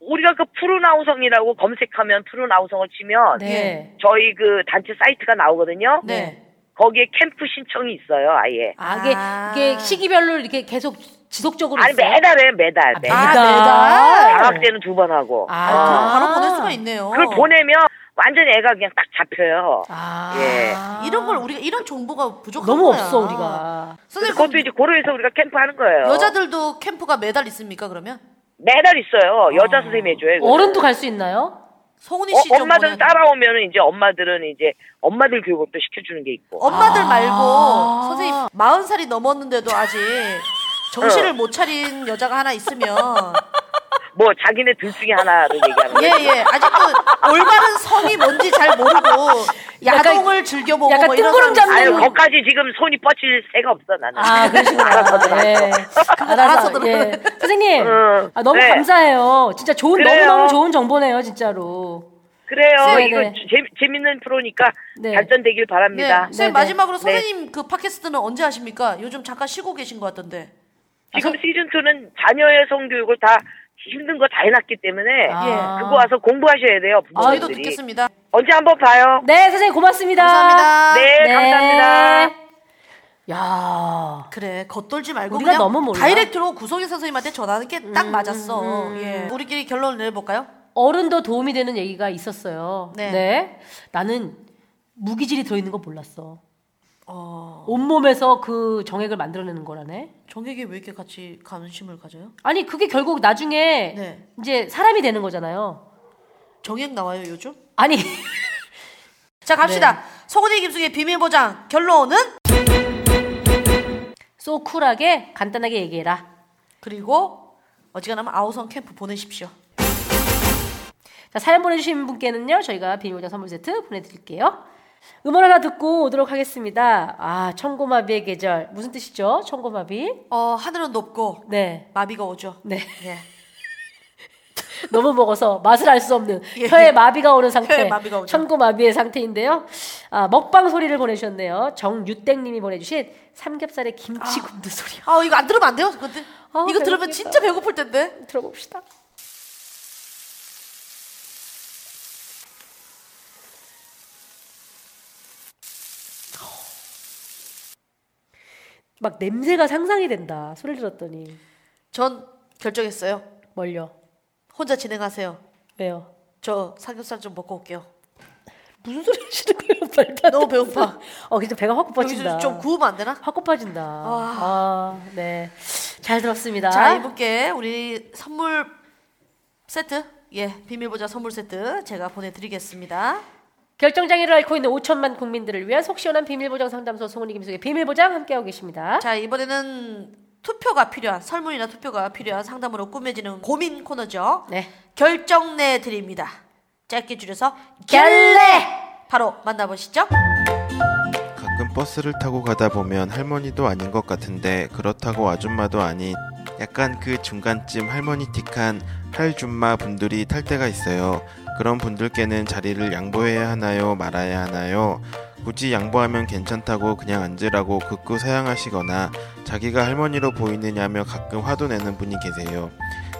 S6: 우리가 그 푸른 아우성이라고 검색하면 푸른 아우성을 치면
S2: 네.
S6: 저희 그 단체 사이트가 나오거든요.
S3: 네.
S6: 거기에 캠프 신청이 있어요, 아예.
S2: 아, 이게, 이게 시기별로 이렇게 계속 지속적으로.
S6: 아니
S2: 있어요?
S6: 매달 해, 매달. 매달.
S3: 아, 매달?
S6: 방학 때는 두 번 하고.
S2: 아,
S3: 아, 그럼
S6: 어.
S3: 바로 보낼 수가 있네요.
S6: 그걸 보내면 완전 히 애가 그냥 딱 잡혀요.
S2: 아.
S6: 예.
S3: 이런 걸 우리가 이런 정보가 부족한
S2: 너무
S3: 거야.
S2: 없어, 우리가.
S3: 선생님,
S6: 그것도 이제 고려해서 우리가 캠프 하는 거예요.
S3: 여자들도 캠프가 매달 있습니까? 그러면
S6: 매달
S3: 아.
S6: 있어요. 여자 선생님이 해줘요. 이거는.
S2: 어른도 갈 수 있나요?
S3: 송은이
S6: 어,
S3: 씨 정보는
S6: 엄마들 따라오면 이제 엄마들은 이제 엄마들 교육을 또 시켜주는 게 있고.
S2: 아.
S3: 엄마들 말고 선생님 40살이 넘었는데도 아직 정신을 못 차린 여자가 하나 있으면
S6: 뭐 자기네 둘 중에 하나를 얘기하는 거예요.
S3: 예예 아직도 올바른 성이 뭔지 잘 모르고
S2: 약간-
S3: 야동을 즐겨보고
S2: 약간
S3: 뭐 이런
S2: 뜬구름
S3: 사람
S2: 잡는
S6: 아유,
S3: 있어요.
S2: 거.
S6: 거기까지 지금 손이 뻗칠 새가 없어, 나는.
S2: 아, 그러시구나. 예.
S3: 알아서
S2: 알아서, 예. 선생님,
S6: 응.
S2: 아, 너무
S6: 네.
S2: 감사해요. 진짜 좋은,
S6: 그래요.
S2: 너무너무 좋은 정보네요, 진짜로.
S6: 그래요.
S2: 네네.
S6: 이거 재, 재밌는 프로니까
S2: 네.
S6: 발전되길
S3: 네,
S6: 바랍니다.
S3: 선생님
S2: 네, 네.
S3: 마지막으로
S6: 네.
S3: 선생님 그 팟캐스트는 언제 하십니까? 요즘 잠깐 쉬고 계신 것 같던데.
S6: 지금 시즌 2는 자녀의 성교육을 다 힘든 거 다 해놨기 때문에 예,
S2: 아.
S6: 그거 와서 공부하셔야 돼요
S3: 저희도
S6: 부모님들이.
S3: 듣겠습니다.
S6: 언제 한번 봐요.
S2: 네, 선생님, 고맙습니다.
S3: 감사합니다.
S6: 네, 감사합니다.
S2: 네. 야
S3: 그래 겉돌지 말고
S2: 우리가
S3: 그냥
S2: 너무 몰라.
S3: 다이렉트로 구성희 선생님한테 전화하는 게 딱 맞았어. 예. 우리끼리 결론을 내볼까요?
S2: 어른도 도움이 되는 얘기가 있었어요.
S3: 네.
S2: 나는 무기질이 들어있는 거 몰랐어.
S3: 어,
S2: 온몸에서 그 정액을 만들어내는 거라네.
S3: 정액이 왜 이렇게 같이 관심을 가져요?
S2: 아니 그게 결국 나중에
S3: 네.
S2: 이제 사람이 되는 거잖아요.
S3: 정액 나와요 요즘?
S2: 아니
S3: 자 갑시다. 송은이 김숙의 비밀 보장 결론은
S2: 소 쿨하게 간단하게 얘기해라.
S3: 그리고 어지간하면 아우성 캠프 보내십시오.
S2: 자 사연 보내주신 분께는요 저희가 비밀보장 선물 세트 보내드릴게요. 음원 하나 듣고 오도록 하겠습니다. 아 청고마비의 계절 무슨 뜻이죠? 청고마비.
S3: 어 하늘은 높고
S2: 네.
S3: 마비가 오죠.
S2: 네.
S3: 예.
S2: 너무 먹어서 맛을 알 수 없는
S3: 예,
S2: 혀에
S3: 예.
S2: 마비가 오는 상태,
S3: 혀에 마비가 오죠.
S2: 천고마비의 상태인데요. 아, 먹방 소리를 보내주셨네요. 정유땡님이 보내주신 삼겹살에 김치 굽는 소리
S3: 아 이거 안 들으면 안 돼요. 근데
S2: 아,
S3: 이거 들으면
S2: 배고프겠다.
S3: 진짜 배고플 텐데.
S2: 들어봅시다. 막 냄새가 상상이 된다. 소리를 들었더니
S3: 전 결정했어요.
S2: 멀려.
S3: 혼자 진행하세요.
S2: 왜요?
S3: 저 삼겹살 좀 먹고 올게요.
S2: 무슨 소리 하시는 거예요? 말도 안
S3: 너무
S2: 되는
S3: 배고파.
S2: 소리. 어, 진짜 배가 확 고파진다.
S3: 여기서 좀 구우면 안 되나?
S2: 확 고파진다. 아, 네. 잘 들었습니다.
S3: 자 이분께 우리 선물 세트 예 비밀보자 선물 세트 제가 보내드리겠습니다.
S2: 결정장애를 앓고 있는 5천만 국민들을 위한 속 시원한 비밀보장 상담소 송은이 김숙의 비밀보장 함께하고 계십니다.
S3: 자 이번에는 투표가 필요한 설문이나 투표가 필요한 상담으로 꾸며지는 고민 코너죠.
S2: 네.
S3: 결정 내 드립니다. 짧게 줄여서 결례 바로 만나보시죠.
S8: 가끔 버스를 타고 가다 보면 할머니도 아닌 것 같은데 그렇다고 아줌마도 아닌 약간 그 중간쯤 할머니틱한 할줌마 분들이 탈 때가 있어요. 그런 분들께는 자리를 양보해야 하나요, 말아야 하나요? 굳이 양보하면 괜찮다고 그냥 앉으라고 극구 사양하시거나 자기가 할머니로 보이느냐며 가끔 화도 내는 분이 계세요.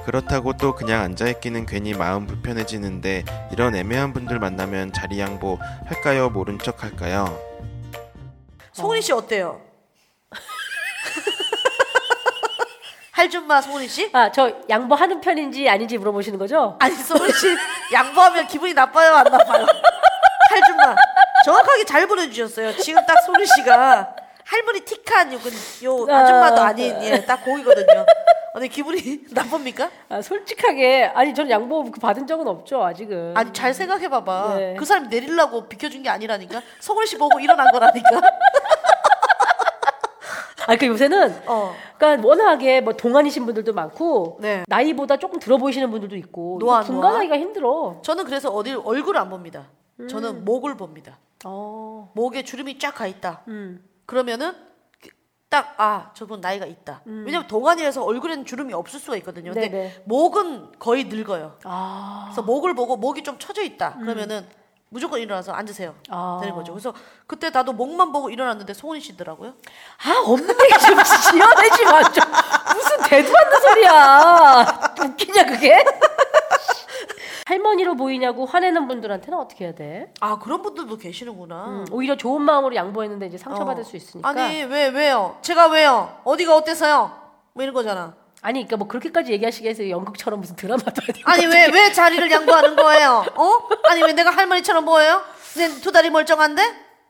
S8: 그렇다고 또 그냥 앉아있기는 괜히 마음 불편해지는데 이런 애매한 분들 만나면 자리 양보 할까요, 모른 척 할까요?
S3: 송은이 씨 어때요? 할줌마 송은이 씨?
S2: 아, 저 양보하는 편인지 아닌지 물어보시는 거죠?
S3: 아니 송은 씨 양보하면 기분이 나빠요 안 나빠요? 할줌마 정확하게 잘 보내주셨어요. 지금 딱 송은 씨가 할머니 티칸 요건 요 아줌마도 아닌 예딱 고이거든요. 근데 기분이 나쁩니까?
S2: 아, 솔직하게 아니 저는 양보 그 받은 적은 없죠 아직은.
S3: 아니 잘 생각해봐봐.
S2: 네.
S3: 그 사람 내리려고 비켜준 게 아니라니까. 송은 씨 보고 일어난 거라니까.
S2: 아니 그 요새는
S3: 어.
S2: 그러니까 워낙에 뭐 동안이신 분들도 많고
S3: 네.
S2: 나이보다 조금 들어 보이시는 분들도 있고 이거
S3: 노아, 노아.
S2: 분간하기가 힘들어.
S3: 저는 그래서 어딜 얼굴을 안 봅니다. 저는 목을 봅니다.
S2: 어.
S3: 목에 주름이 쫙 가 있다.
S2: 음.
S3: 그러면은 딱 아 저분 나이가 있다. 왜냐면 동안이라서 얼굴에는 주름이 없을 수가 있거든요. 근데
S2: 음. 네네.
S3: 목은 거의 늙어요.
S2: 아. 음.
S3: 그래서 목을 보고 목이 좀 처져 있다. 그러면은 무조건 일어나서 앉으세요.
S2: 아.
S3: 되는 거죠. 그래서 그때 나도 목만 보고 일어났는데 송은이 씨더라고요.
S2: 아, 없는 게좀 지어내지 마. 좀. 무슨 대도 않는 소리야. 웃기냐, 그게? 할머니로 보이냐고 화내는 분들한테는 어떻게 해야 돼?
S3: 아 그런 분들도 계시는구나.
S2: 음, 오히려 좋은 마음으로 양보했는데 이제 상처받을
S3: 어.
S2: 수 있으니까.
S3: 아니 왜 왜요? 제가 왜요? 어디가 어때서요? 뭐 이런 거잖아.
S2: 아니, 그러니까 뭐 그렇게까지 얘기하시게 해서 연극처럼 무슨 드라마도 아니고.
S3: 아니 왜 왜 자리를 양보하는 거예요? 어? 아니 왜 내가 할머니처럼 보여요? 내 두 다리 멀쩡한데?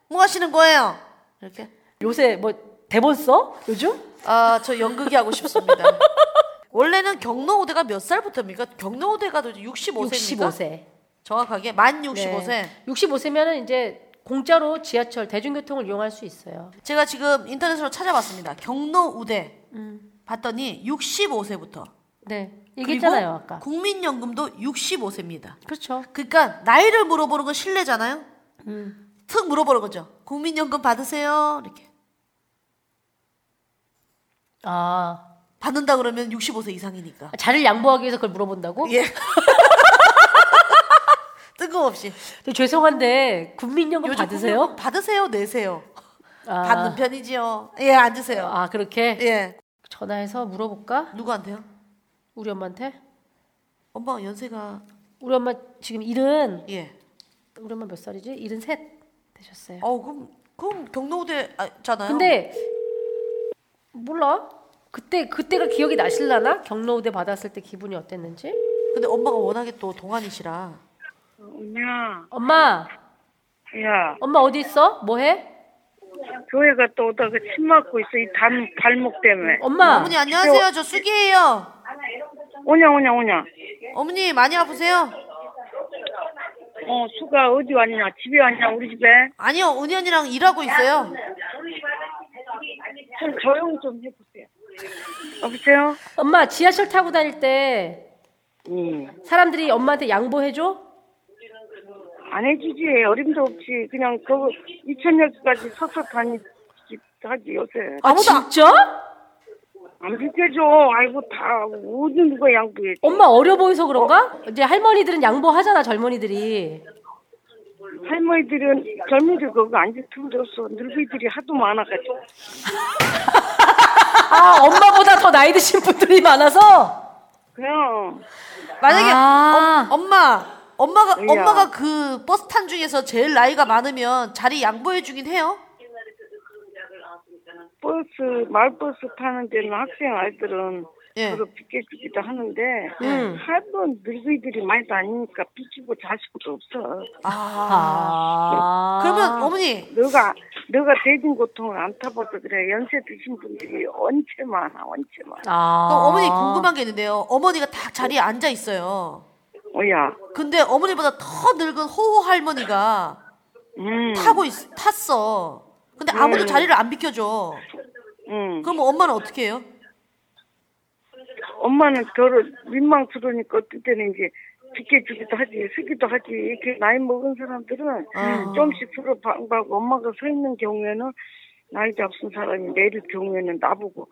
S3: 뭐 하시는 거예요? 이렇게.
S2: 요새 뭐 대본 써? 요즘?
S3: 아 저 연극이 하고 싶습니다. 원래는 경로우대가 몇 살부터입니까? 경로우대가 65세입니까?
S2: 65세. 네.
S3: 정확하게 만 65세.
S2: 65세면은 이제 공짜로 지하철, 대중교통을 이용할 수 있어요.
S3: 제가 지금 인터넷으로 찾아봤습니다. 경로우대 봤더니 65세부터.
S2: 네. 음. 얘기했잖아요, 아까.
S3: 국민연금도 65세입니다.
S2: 그렇죠.
S3: 그러니까 나이를 물어보는 건 실례잖아요.
S2: 음.
S3: 툭 물어보는 거죠. 국민연금 받으세요. 이렇게
S2: 아.
S3: 받는다 그러면 65세 이상이니까
S2: 자를 양보하기 위해서 그걸 물어본다고?
S3: 예. 뜬금없이
S2: 저 죄송한데 국민연금
S3: 요즘
S2: 받으세요?
S3: 국민연금 받으세요 내세요
S2: 아,
S3: 받는 편이지요. 예 앉으세요.
S2: 아 그렇게
S3: 예
S2: 전화해서 물어볼까?
S3: 누구한테요?
S2: 우리 엄마한테?
S3: 엄마 연세가
S2: 우리 엄마 지금 일은
S3: 예.
S2: 우리 엄마 몇 살이지? 일은 셋 되셨어요.
S3: 어 그럼 그럼 경로우대잖아요.
S2: 근데 몰라. 그때 그때가 기억이 나실라나? 경로우대 받았을 때 기분이 어땠는지?
S3: 근데 엄마가 워낙에 또 동안이시라
S2: 아.
S9: 야,
S2: 엄마,
S9: 아, 야,
S2: 엄마 어디 있어? 뭐해?
S9: 교회 갔다 오다가 침 맞고 있어. 이 단, 발목 때문에.
S2: 엄마,
S3: 어머니 안녕하세요.
S2: 네.
S3: 저 수기예요.
S9: 오냐, 오냐, 오냐.
S3: 어머니 많이 아프세요?
S9: 어, 수가 어디 왔냐? 집에 왔냐? 우리 집에?
S3: 아니요. 은희 언니랑 일하고 있어요.
S9: 좀 조용 좀 해보세요. 여보세요?
S2: 엄마 지하철 타고 다닐 때
S9: 응.
S2: 사람들이 엄마한테 양보해줘?
S9: 안 해주지. 어림도 없지. 그냥 그, 이천역까지 서서 다니지, 하지, 요새.
S2: 아, 진짜?
S9: 안 비켜줘. 아이고, 다, 어디 누가 양보해.
S2: 엄마 어려 보여서 그런가? 이제 할머니들은 양보하잖아 젊은이들이.
S9: 할머니들은, 젊은이들 그거 안 들었어. 늙은이들이 하도 많아가지고.
S2: 아, 엄마보다 더 나이 드신 분들이 많아서?
S9: 그냥,
S3: 만약에
S2: 아.
S3: 어, 엄마 엄마가
S9: 이야.
S3: 엄마가 그 버스 탄 중에서 제일 나이가 많으면 자리 양보해 주긴 해요.
S9: 버
S6: 버스 마을버스 타는 데는 학생 아이들은
S3: 예.
S6: 그거 비켜주기도 하는데
S3: 음.
S6: 한번 늙은이들이 많이 다니니까 비키고 자식도 없어.
S3: 아.
S2: 아.
S3: 그러면 어머니
S6: 너가 너가 대중교통을 안 타봐서 그래. 연세 드신 분들이 언제 많아, 언제 많아.
S2: 아.
S3: 그럼 어머니 궁금한 게 있는데요. 어머니가 딱 자리에 앉아 있어요.
S6: 뭐야?
S3: 근데 어머니보다 더 늙은 호호 할머니가
S6: 음,
S3: 타고 있, 탔어. 근데 아무도
S6: 음.
S3: 자리를 안 비켜줘.
S6: 음.
S3: 그럼 엄마는 어떻게 해요?
S6: 엄마는 결혼 민망스러우니까 어떨 때는 이제 비켜주기도 하지, 쓰기도 하지. 이렇게 나이 먹은 사람들은
S3: 아.
S6: 좀씩 서로 방방하고 엄마가 서 있는 경우에는 나이 잡순 사람이 내릴 경우에는 나보고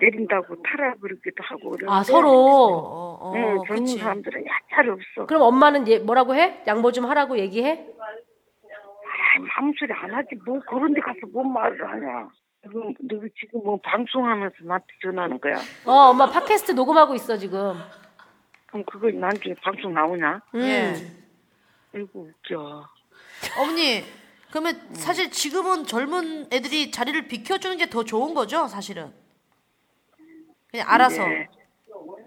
S6: 내린다고 타라 그러기도 하고 그러는데
S2: 아, 서로.
S3: 어, 어,
S6: 응, 젊은
S3: 그치.
S6: 음, 사람들은 야탈 없어.
S2: 그럼 엄마는 얘 뭐라고 해? 양보 좀 하라고 얘기해?
S6: 아이, 아무 소리 안 하지. 뭐 그런 데 가서 뭔 말을 하냐. 지금, 너 지금 뭐 방송하면서 나한테 전화하는 거야.
S2: 어, 엄마 팟캐스트 녹음하고 있어, 지금.
S6: 그럼 그거 나중에 방송 나오냐?
S2: 음.
S3: 예.
S6: 아이고, 웃겨.
S3: 어머니, 그러면 사실 지금은 젊은 애들이 자리를 비켜주는 게 더 좋은 거죠, 사실은. 그냥 알아서.
S6: 예.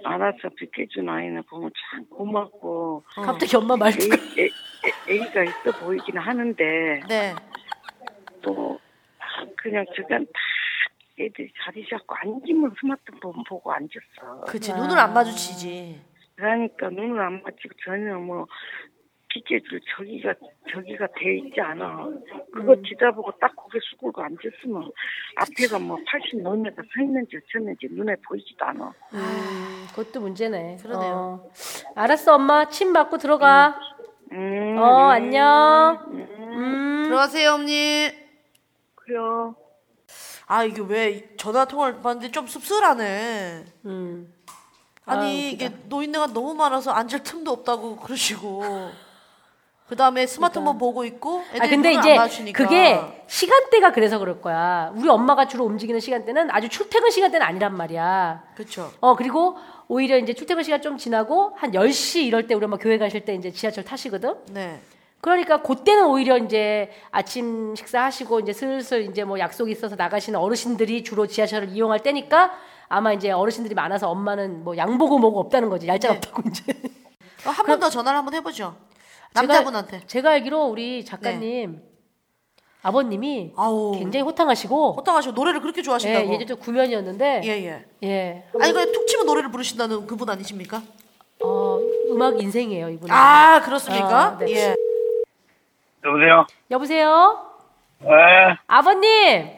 S6: 알아서 비켜준 아이는 보면 참 고맙고
S3: 어.
S2: 갑자기 엄마 말.
S6: 애, 애, 애, 애가 있어 보이긴 하는데
S3: 네.
S6: 또 아, 그냥 저간 다 애들이 자리 잡고 앉으면 스마트폰 보고 앉았어.
S3: 그치, 눈을 안 마주치지.
S6: 그러니까 눈을 안 맞추고 전혀 뭐 비켜줄 저기가 저기가 돼 있지 않아. 그거 지다보고 딱 고개 숙이고 앉았으면 앞에가 뭐 80 넘어가 서 있는지 어쩌는지 눈에 보이지도 않아.
S2: 음, 그것도 문제네.
S3: 그러네요.
S2: 어. 알았어, 엄마. 침 맞고 들어가.
S6: 음,
S2: 어, 안녕. 아, 음.
S3: 들어가세요, 어머니.
S6: 그래요.
S3: 아, 이게 왜 전화 통화를 받는데 좀 씁쓸하네.
S2: 음.
S3: 아니
S2: 아유,
S3: 이게 노인네가 너무 많아서 앉을 틈도 없다고 그러시고 그 다음에 스마트폰 보고 있고 애들이
S2: 아, 근데
S3: 눈을
S2: 이제
S3: 안 맞추니까
S2: 그게 시간대가 그래서 그럴 거야. 우리 엄마가 주로 움직이는 시간대는 아주 출퇴근 시간대는 아니란 말이야.
S3: 그쵸
S2: 어, 그리고 오히려 이제 출퇴근 시간 좀 지나고 한 10시 이럴 때 우리 엄마 교회 가실 때 이제 지하철 타시거든?
S3: 네
S2: 그러니까 그때는 오히려 이제 아침 식사하시고 이제 슬슬 이제 뭐 약속이 있어서 나가시는 어르신들이 주로 지하철을 이용할 때니까 아마 이제 어르신들이 많아서 엄마는 뭐 양보고 뭐고 없다는 거지.
S3: 네.
S2: 얄짤 없다고 이제.
S3: 어, 한 번 더 전화를 한번 해보죠 남자분한테 네.
S2: 제가, 제가 알기로 우리 작가님 아버님이
S3: 아우.
S2: 굉장히 호탕하시고
S3: 호탕하시고 노래를 그렇게
S2: 예,
S3: 좋아하신다고
S2: 예전 좀 구면이었는데
S3: 예, 예.
S2: 예.
S3: 아니 그냥 툭 치면 노래를 부르신다는 그분 아니십니까
S2: 어, 음악 인생이에요, 이분은.
S3: 아 그렇습니까
S2: 아, 네.
S3: 예
S6: 여보세요.
S2: 여보세요?
S6: 예.
S2: 아버님,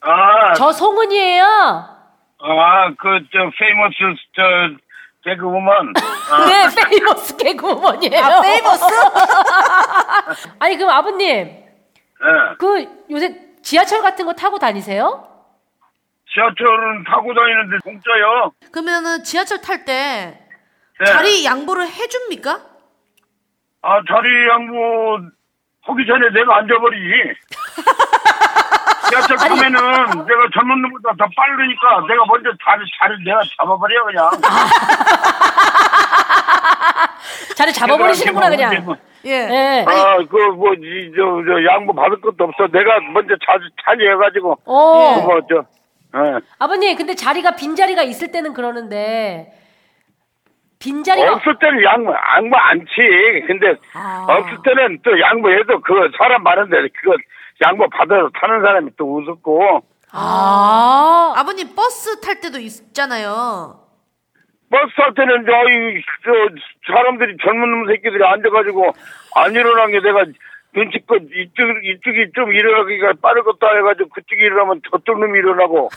S6: 아,
S2: 저 송은이에요.
S6: 아, 그, 저, 페이머스, 저, 개그우먼.
S2: 네, 페이머스 개그우먼이에요.
S3: 아 페이머스
S2: 어. 아니, 그럼 아버님,
S6: 예.
S2: 그 요새 지하철 같은 거 타고 다니세요?
S6: 지하철은 타고 다니는데 공짜요.
S3: 그러면은 지하철 탈 때
S6: 예.
S3: 자리 양보를 해줍니까
S6: 아, 자리 양보 하기 전에 내가 앉아버리지. 지하철 타면은 내가 젊은 놈보다 더 빠르니까 내가 먼저 자리, 자리 내가 잡아버려, 그냥.
S2: 자리 잡아버리시는구나,
S6: 걔들한테 뭐
S2: 그냥.
S3: 예
S2: 예.
S6: 아, 그, 뭐, 이, 저, 저, 양보 받을 것도 없어. 내가 먼저 자, 차지해가지고.
S2: 어.
S6: 뭐, 저, 예.
S2: 아버님, 근데 자리가 빈자리가 있을 때는 그러는데, 빈자리가
S6: 없을 때는 양보, 양보 안 치. 근데
S3: 아.
S6: 없을 때는 또 양보해도 그 사람 많은데 그거 양보 받아서 타는 사람이 또 우습고 어.
S2: 아,
S3: 아버님 버스 탈 때도 있잖아요
S6: 버스 탈 때는 저이 저 사람들이 젊은 놈 새끼들이 앉아가지고 안 일어난 게 내가 눈치껏 이쪽 이쪽이 좀 일어나기가 빠르겠다 해가지고 그쪽이 일어나면 저쪽 놈이 일어나고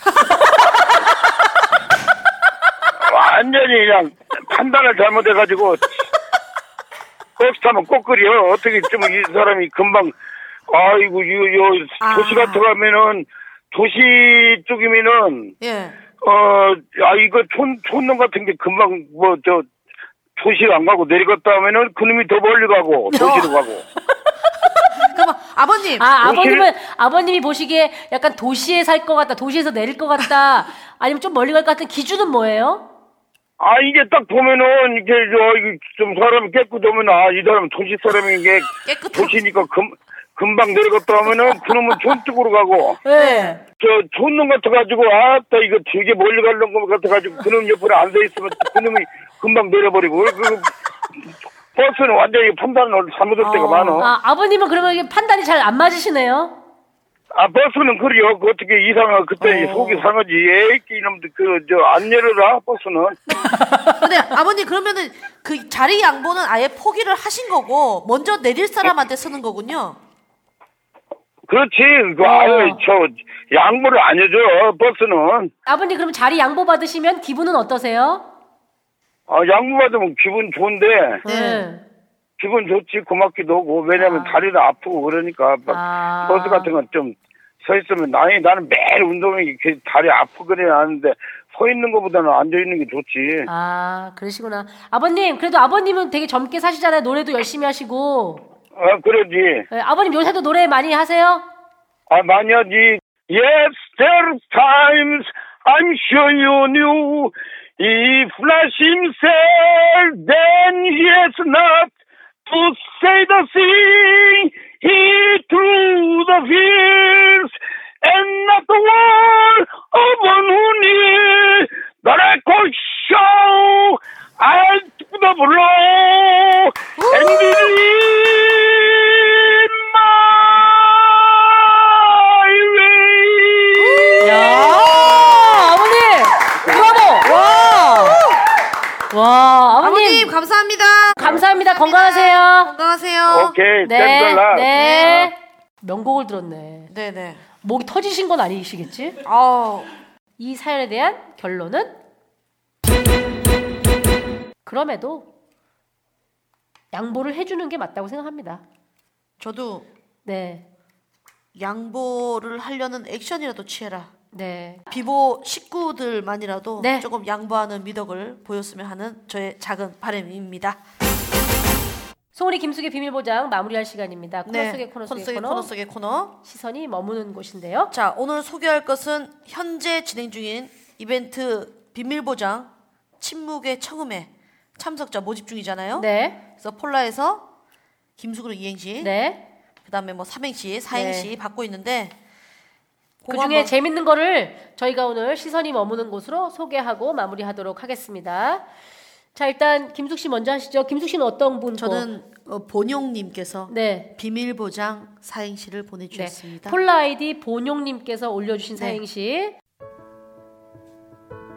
S6: 완전히 그냥 판단을 잘못해가지고 버스 타면 꼬끄려 어떻게 좀 이 사람이 금방 아이고 이거
S3: 아.
S6: 요 도시 같아가면은 도시 쪽이면은
S3: 예
S6: 어, 아, 이거 촌, 촌놈 같은 게 금방, 뭐, 저, 도시 안 가고 내리갔다 하면은 그놈이 더 멀리 가고, 도시로 가고.
S3: 그러면 아버님
S2: 아,
S6: 도시를-
S2: 아버님은 아버님이 보시기에 약간 도시에 살 것 같다, 도시에서 내릴 것 같다, 아니면 좀 멀리 갈 것 같은 기준은 뭐예요?
S6: 아, 이게 딱 보면은, 이게, 저, 이게 좀 사람이 깨끗하면, 아, 이 사람은 도시 사람인 게,
S3: 깨끗한
S6: 도시니까 금, 금방 내려갔다 하면은 그놈은 전쪽으로 가고
S2: 네.
S6: 저 촌놈 같아가지고 아따 이거 되게 멀리 가는 것 같아가지고 그놈 옆으로 앉아 있으면 그놈이 금방 내려버리고 그 버스는 완전히 판단을 잘못할 때가 많어.
S2: 아, 아버님은 그러면 이게 판단이 잘 안 맞으시네요.
S6: 아 버스는 그래요. 그 어떻게 이상하 그때 속이 상하지. 에이 이놈들 그 저 안 열어라 버스는.
S3: 근데 아버님 그러면은 그 자리 양보는 아예 포기를 하신 거고 먼저 내릴 사람한테 쓰는 거군요.
S6: 그렇지. 그 아유 저 양보를 안 해줘 버스는.
S2: 아버님 그럼 자리 양보 받으시면 기분은 어떠세요?
S6: 아 양보 받으면 기분 좋은데
S2: 네.
S6: 기분 좋지 고맙기도 하고 왜냐면 다리도 아프고 그러니까
S2: 아.
S6: 버스 같은 건 좀 서 있으면 나이 나는 매일 운동이 이렇게 다리 아프거나 하는데 서 있는 것보다는 앉아 있는 게 좋지.
S2: 아, 그러시구나. 아버님, 그래도 아버님은 되게 젊게 사시잖아요. 노래도 열심히 하시고.
S6: 아 그러지.
S2: 네, 아버님 요새도 노래 많이 하세요?
S6: 아, 많이 하지. Yes, there are times I'm sure you knew. If not himself, then he has not to say the thing. He threw the fields and not the wall of one who knew. But I could show I took the blow and believe my way.
S2: 아, 아버님! 브라보! 와! 와, 아버님!
S3: 아버님 감사합니다.
S2: 감사합니다. 건강하세요.
S3: 건강하세요.
S6: 오케이,
S2: 네.
S6: 땡글라.
S2: 네. 명곡을 들었네.
S3: 네네.
S2: 목이 터지신 건 아니시겠지?
S3: 아우
S2: 이 사연에 대한 결론은 그럼에도 양보를 해주는 게 맞다고 생각합니다.
S3: 저도
S2: 네,
S3: 양보를 하려는 액션이라도 취해라.
S2: 네,
S3: 비보 식구들만이라도
S2: 네.
S3: 조금 양보하는 미덕을 보였으면 하는 저의 작은 바람입니다.
S2: 소울이 김숙의 비밀보장 마무리할 시간입니다. 코너 속의 네. 코너 속의 코너,
S3: 네. 코너 속의 코너.
S2: 시선이 머무는 곳인데요.
S3: 자, 오늘 소개할 것은 현재 진행 중인 이벤트 비밀보장 침묵의 청음회 참석자 모집 중이잖아요.
S2: 네,
S3: 그래서 폴라에서 김숙으로 이행시,
S2: 네.
S3: 그다음에 뭐 삼행시, 사행시
S2: 네.
S3: 받고 있는데
S2: 그
S3: 그거
S2: 중에
S3: 한번-
S2: 재밌는 거를 저희가 오늘 시선이 머무는 곳으로 소개하고 마무리하도록 하겠습니다. 자, 일단 김숙 씨 먼저 하시죠. 김숙 씨는 어떤 분? 거?
S3: 저는 어, 본용님께서
S2: 네.
S3: 비밀보장 사행시를
S2: 네.
S3: 보내주셨습니다.
S2: 폴라 아이디 본용님께서 올려주신
S3: 네.
S2: 사행시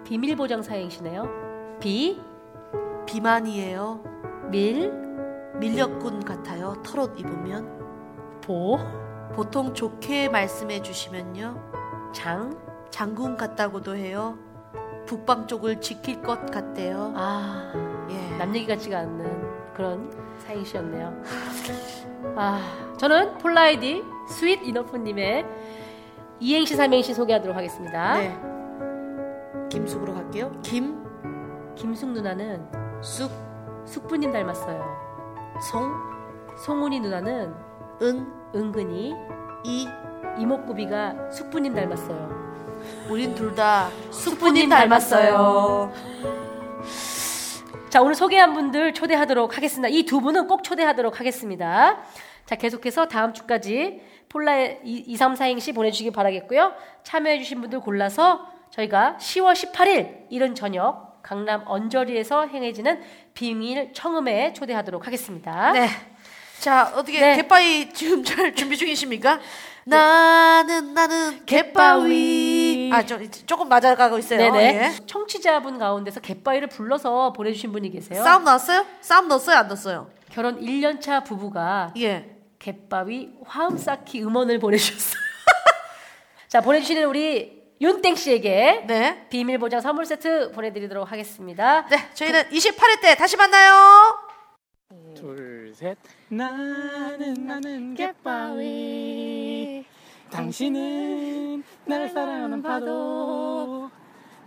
S2: 비밀보장 사행시네요. 비,
S3: 비만이에요.
S2: 밀,
S3: 밀렵꾼 같아요. 털옷 입으면
S2: 보,
S3: 보통 좋게 말씀해 주시면요.
S2: 장,
S3: 장군 같다고도 해요. 북방 쪽을 지킬 것 같대요.
S2: 아,
S3: 예.
S2: 남 얘기 같지가 않는 그런 사행시였네요. 아, 저는 폴라 아이디 스윗 이너프님의 이행시 삼행시 소개하도록 하겠습니다.
S3: 네. 아? 김숙으로 갈게요.
S2: 김숙 누나는
S3: 김숙성
S2: 숙부님 닮았어요. 송은이 누나는
S3: 은,
S2: 은근히
S3: 이.
S2: 이목구비가 숙부님 닮았어요.
S3: 우린 둘 다
S2: 숙부님 닮았어요. 자, 오늘 소개한 분들 초대하도록 하겠습니다. 이 두 분은 꼭 초대하도록 하겠습니다. 자, 계속해서 다음 주까지 폴라의 2, 3, 4행시 보내주시기 바라겠고요. 참여해주신 분들 골라서 저희가 10월 18일 이른 저녁 강남 언저리에서 행해지는 비밀 청음회에 초대하도록 하겠습니다.
S3: 네. 자, 어떻게
S2: 네.
S3: 개파이 지금 잘 준비 중이십니까? 나는 나는 개파위.
S2: 개파위.
S3: 아, 저 조금 맞아가고 있어요.
S2: 네네.
S3: 예.
S2: 청취자분 가운데서 갯바위를 불러서 보내주신 분이 계세요.
S3: 예. 싸움 났어요? 싸움 났어요? 안 났어요?
S2: 결혼 1년차 부부가
S3: 예.
S2: 갯바위 화음 쌓기 음원을 보내주셨어요. 자 보내주시는 우리 윤땡 씨에게
S3: 네.
S2: 비밀 보장 선물 세트 보내드리도록 하겠습니다.
S3: 네, 저희는 28회 때 다시 만나요.
S1: 둘셋 나는 나는 갯바위 당신은 날 사랑하는 파도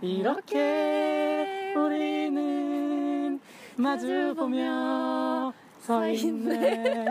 S1: 이렇게 우리는 마주보며 서 있네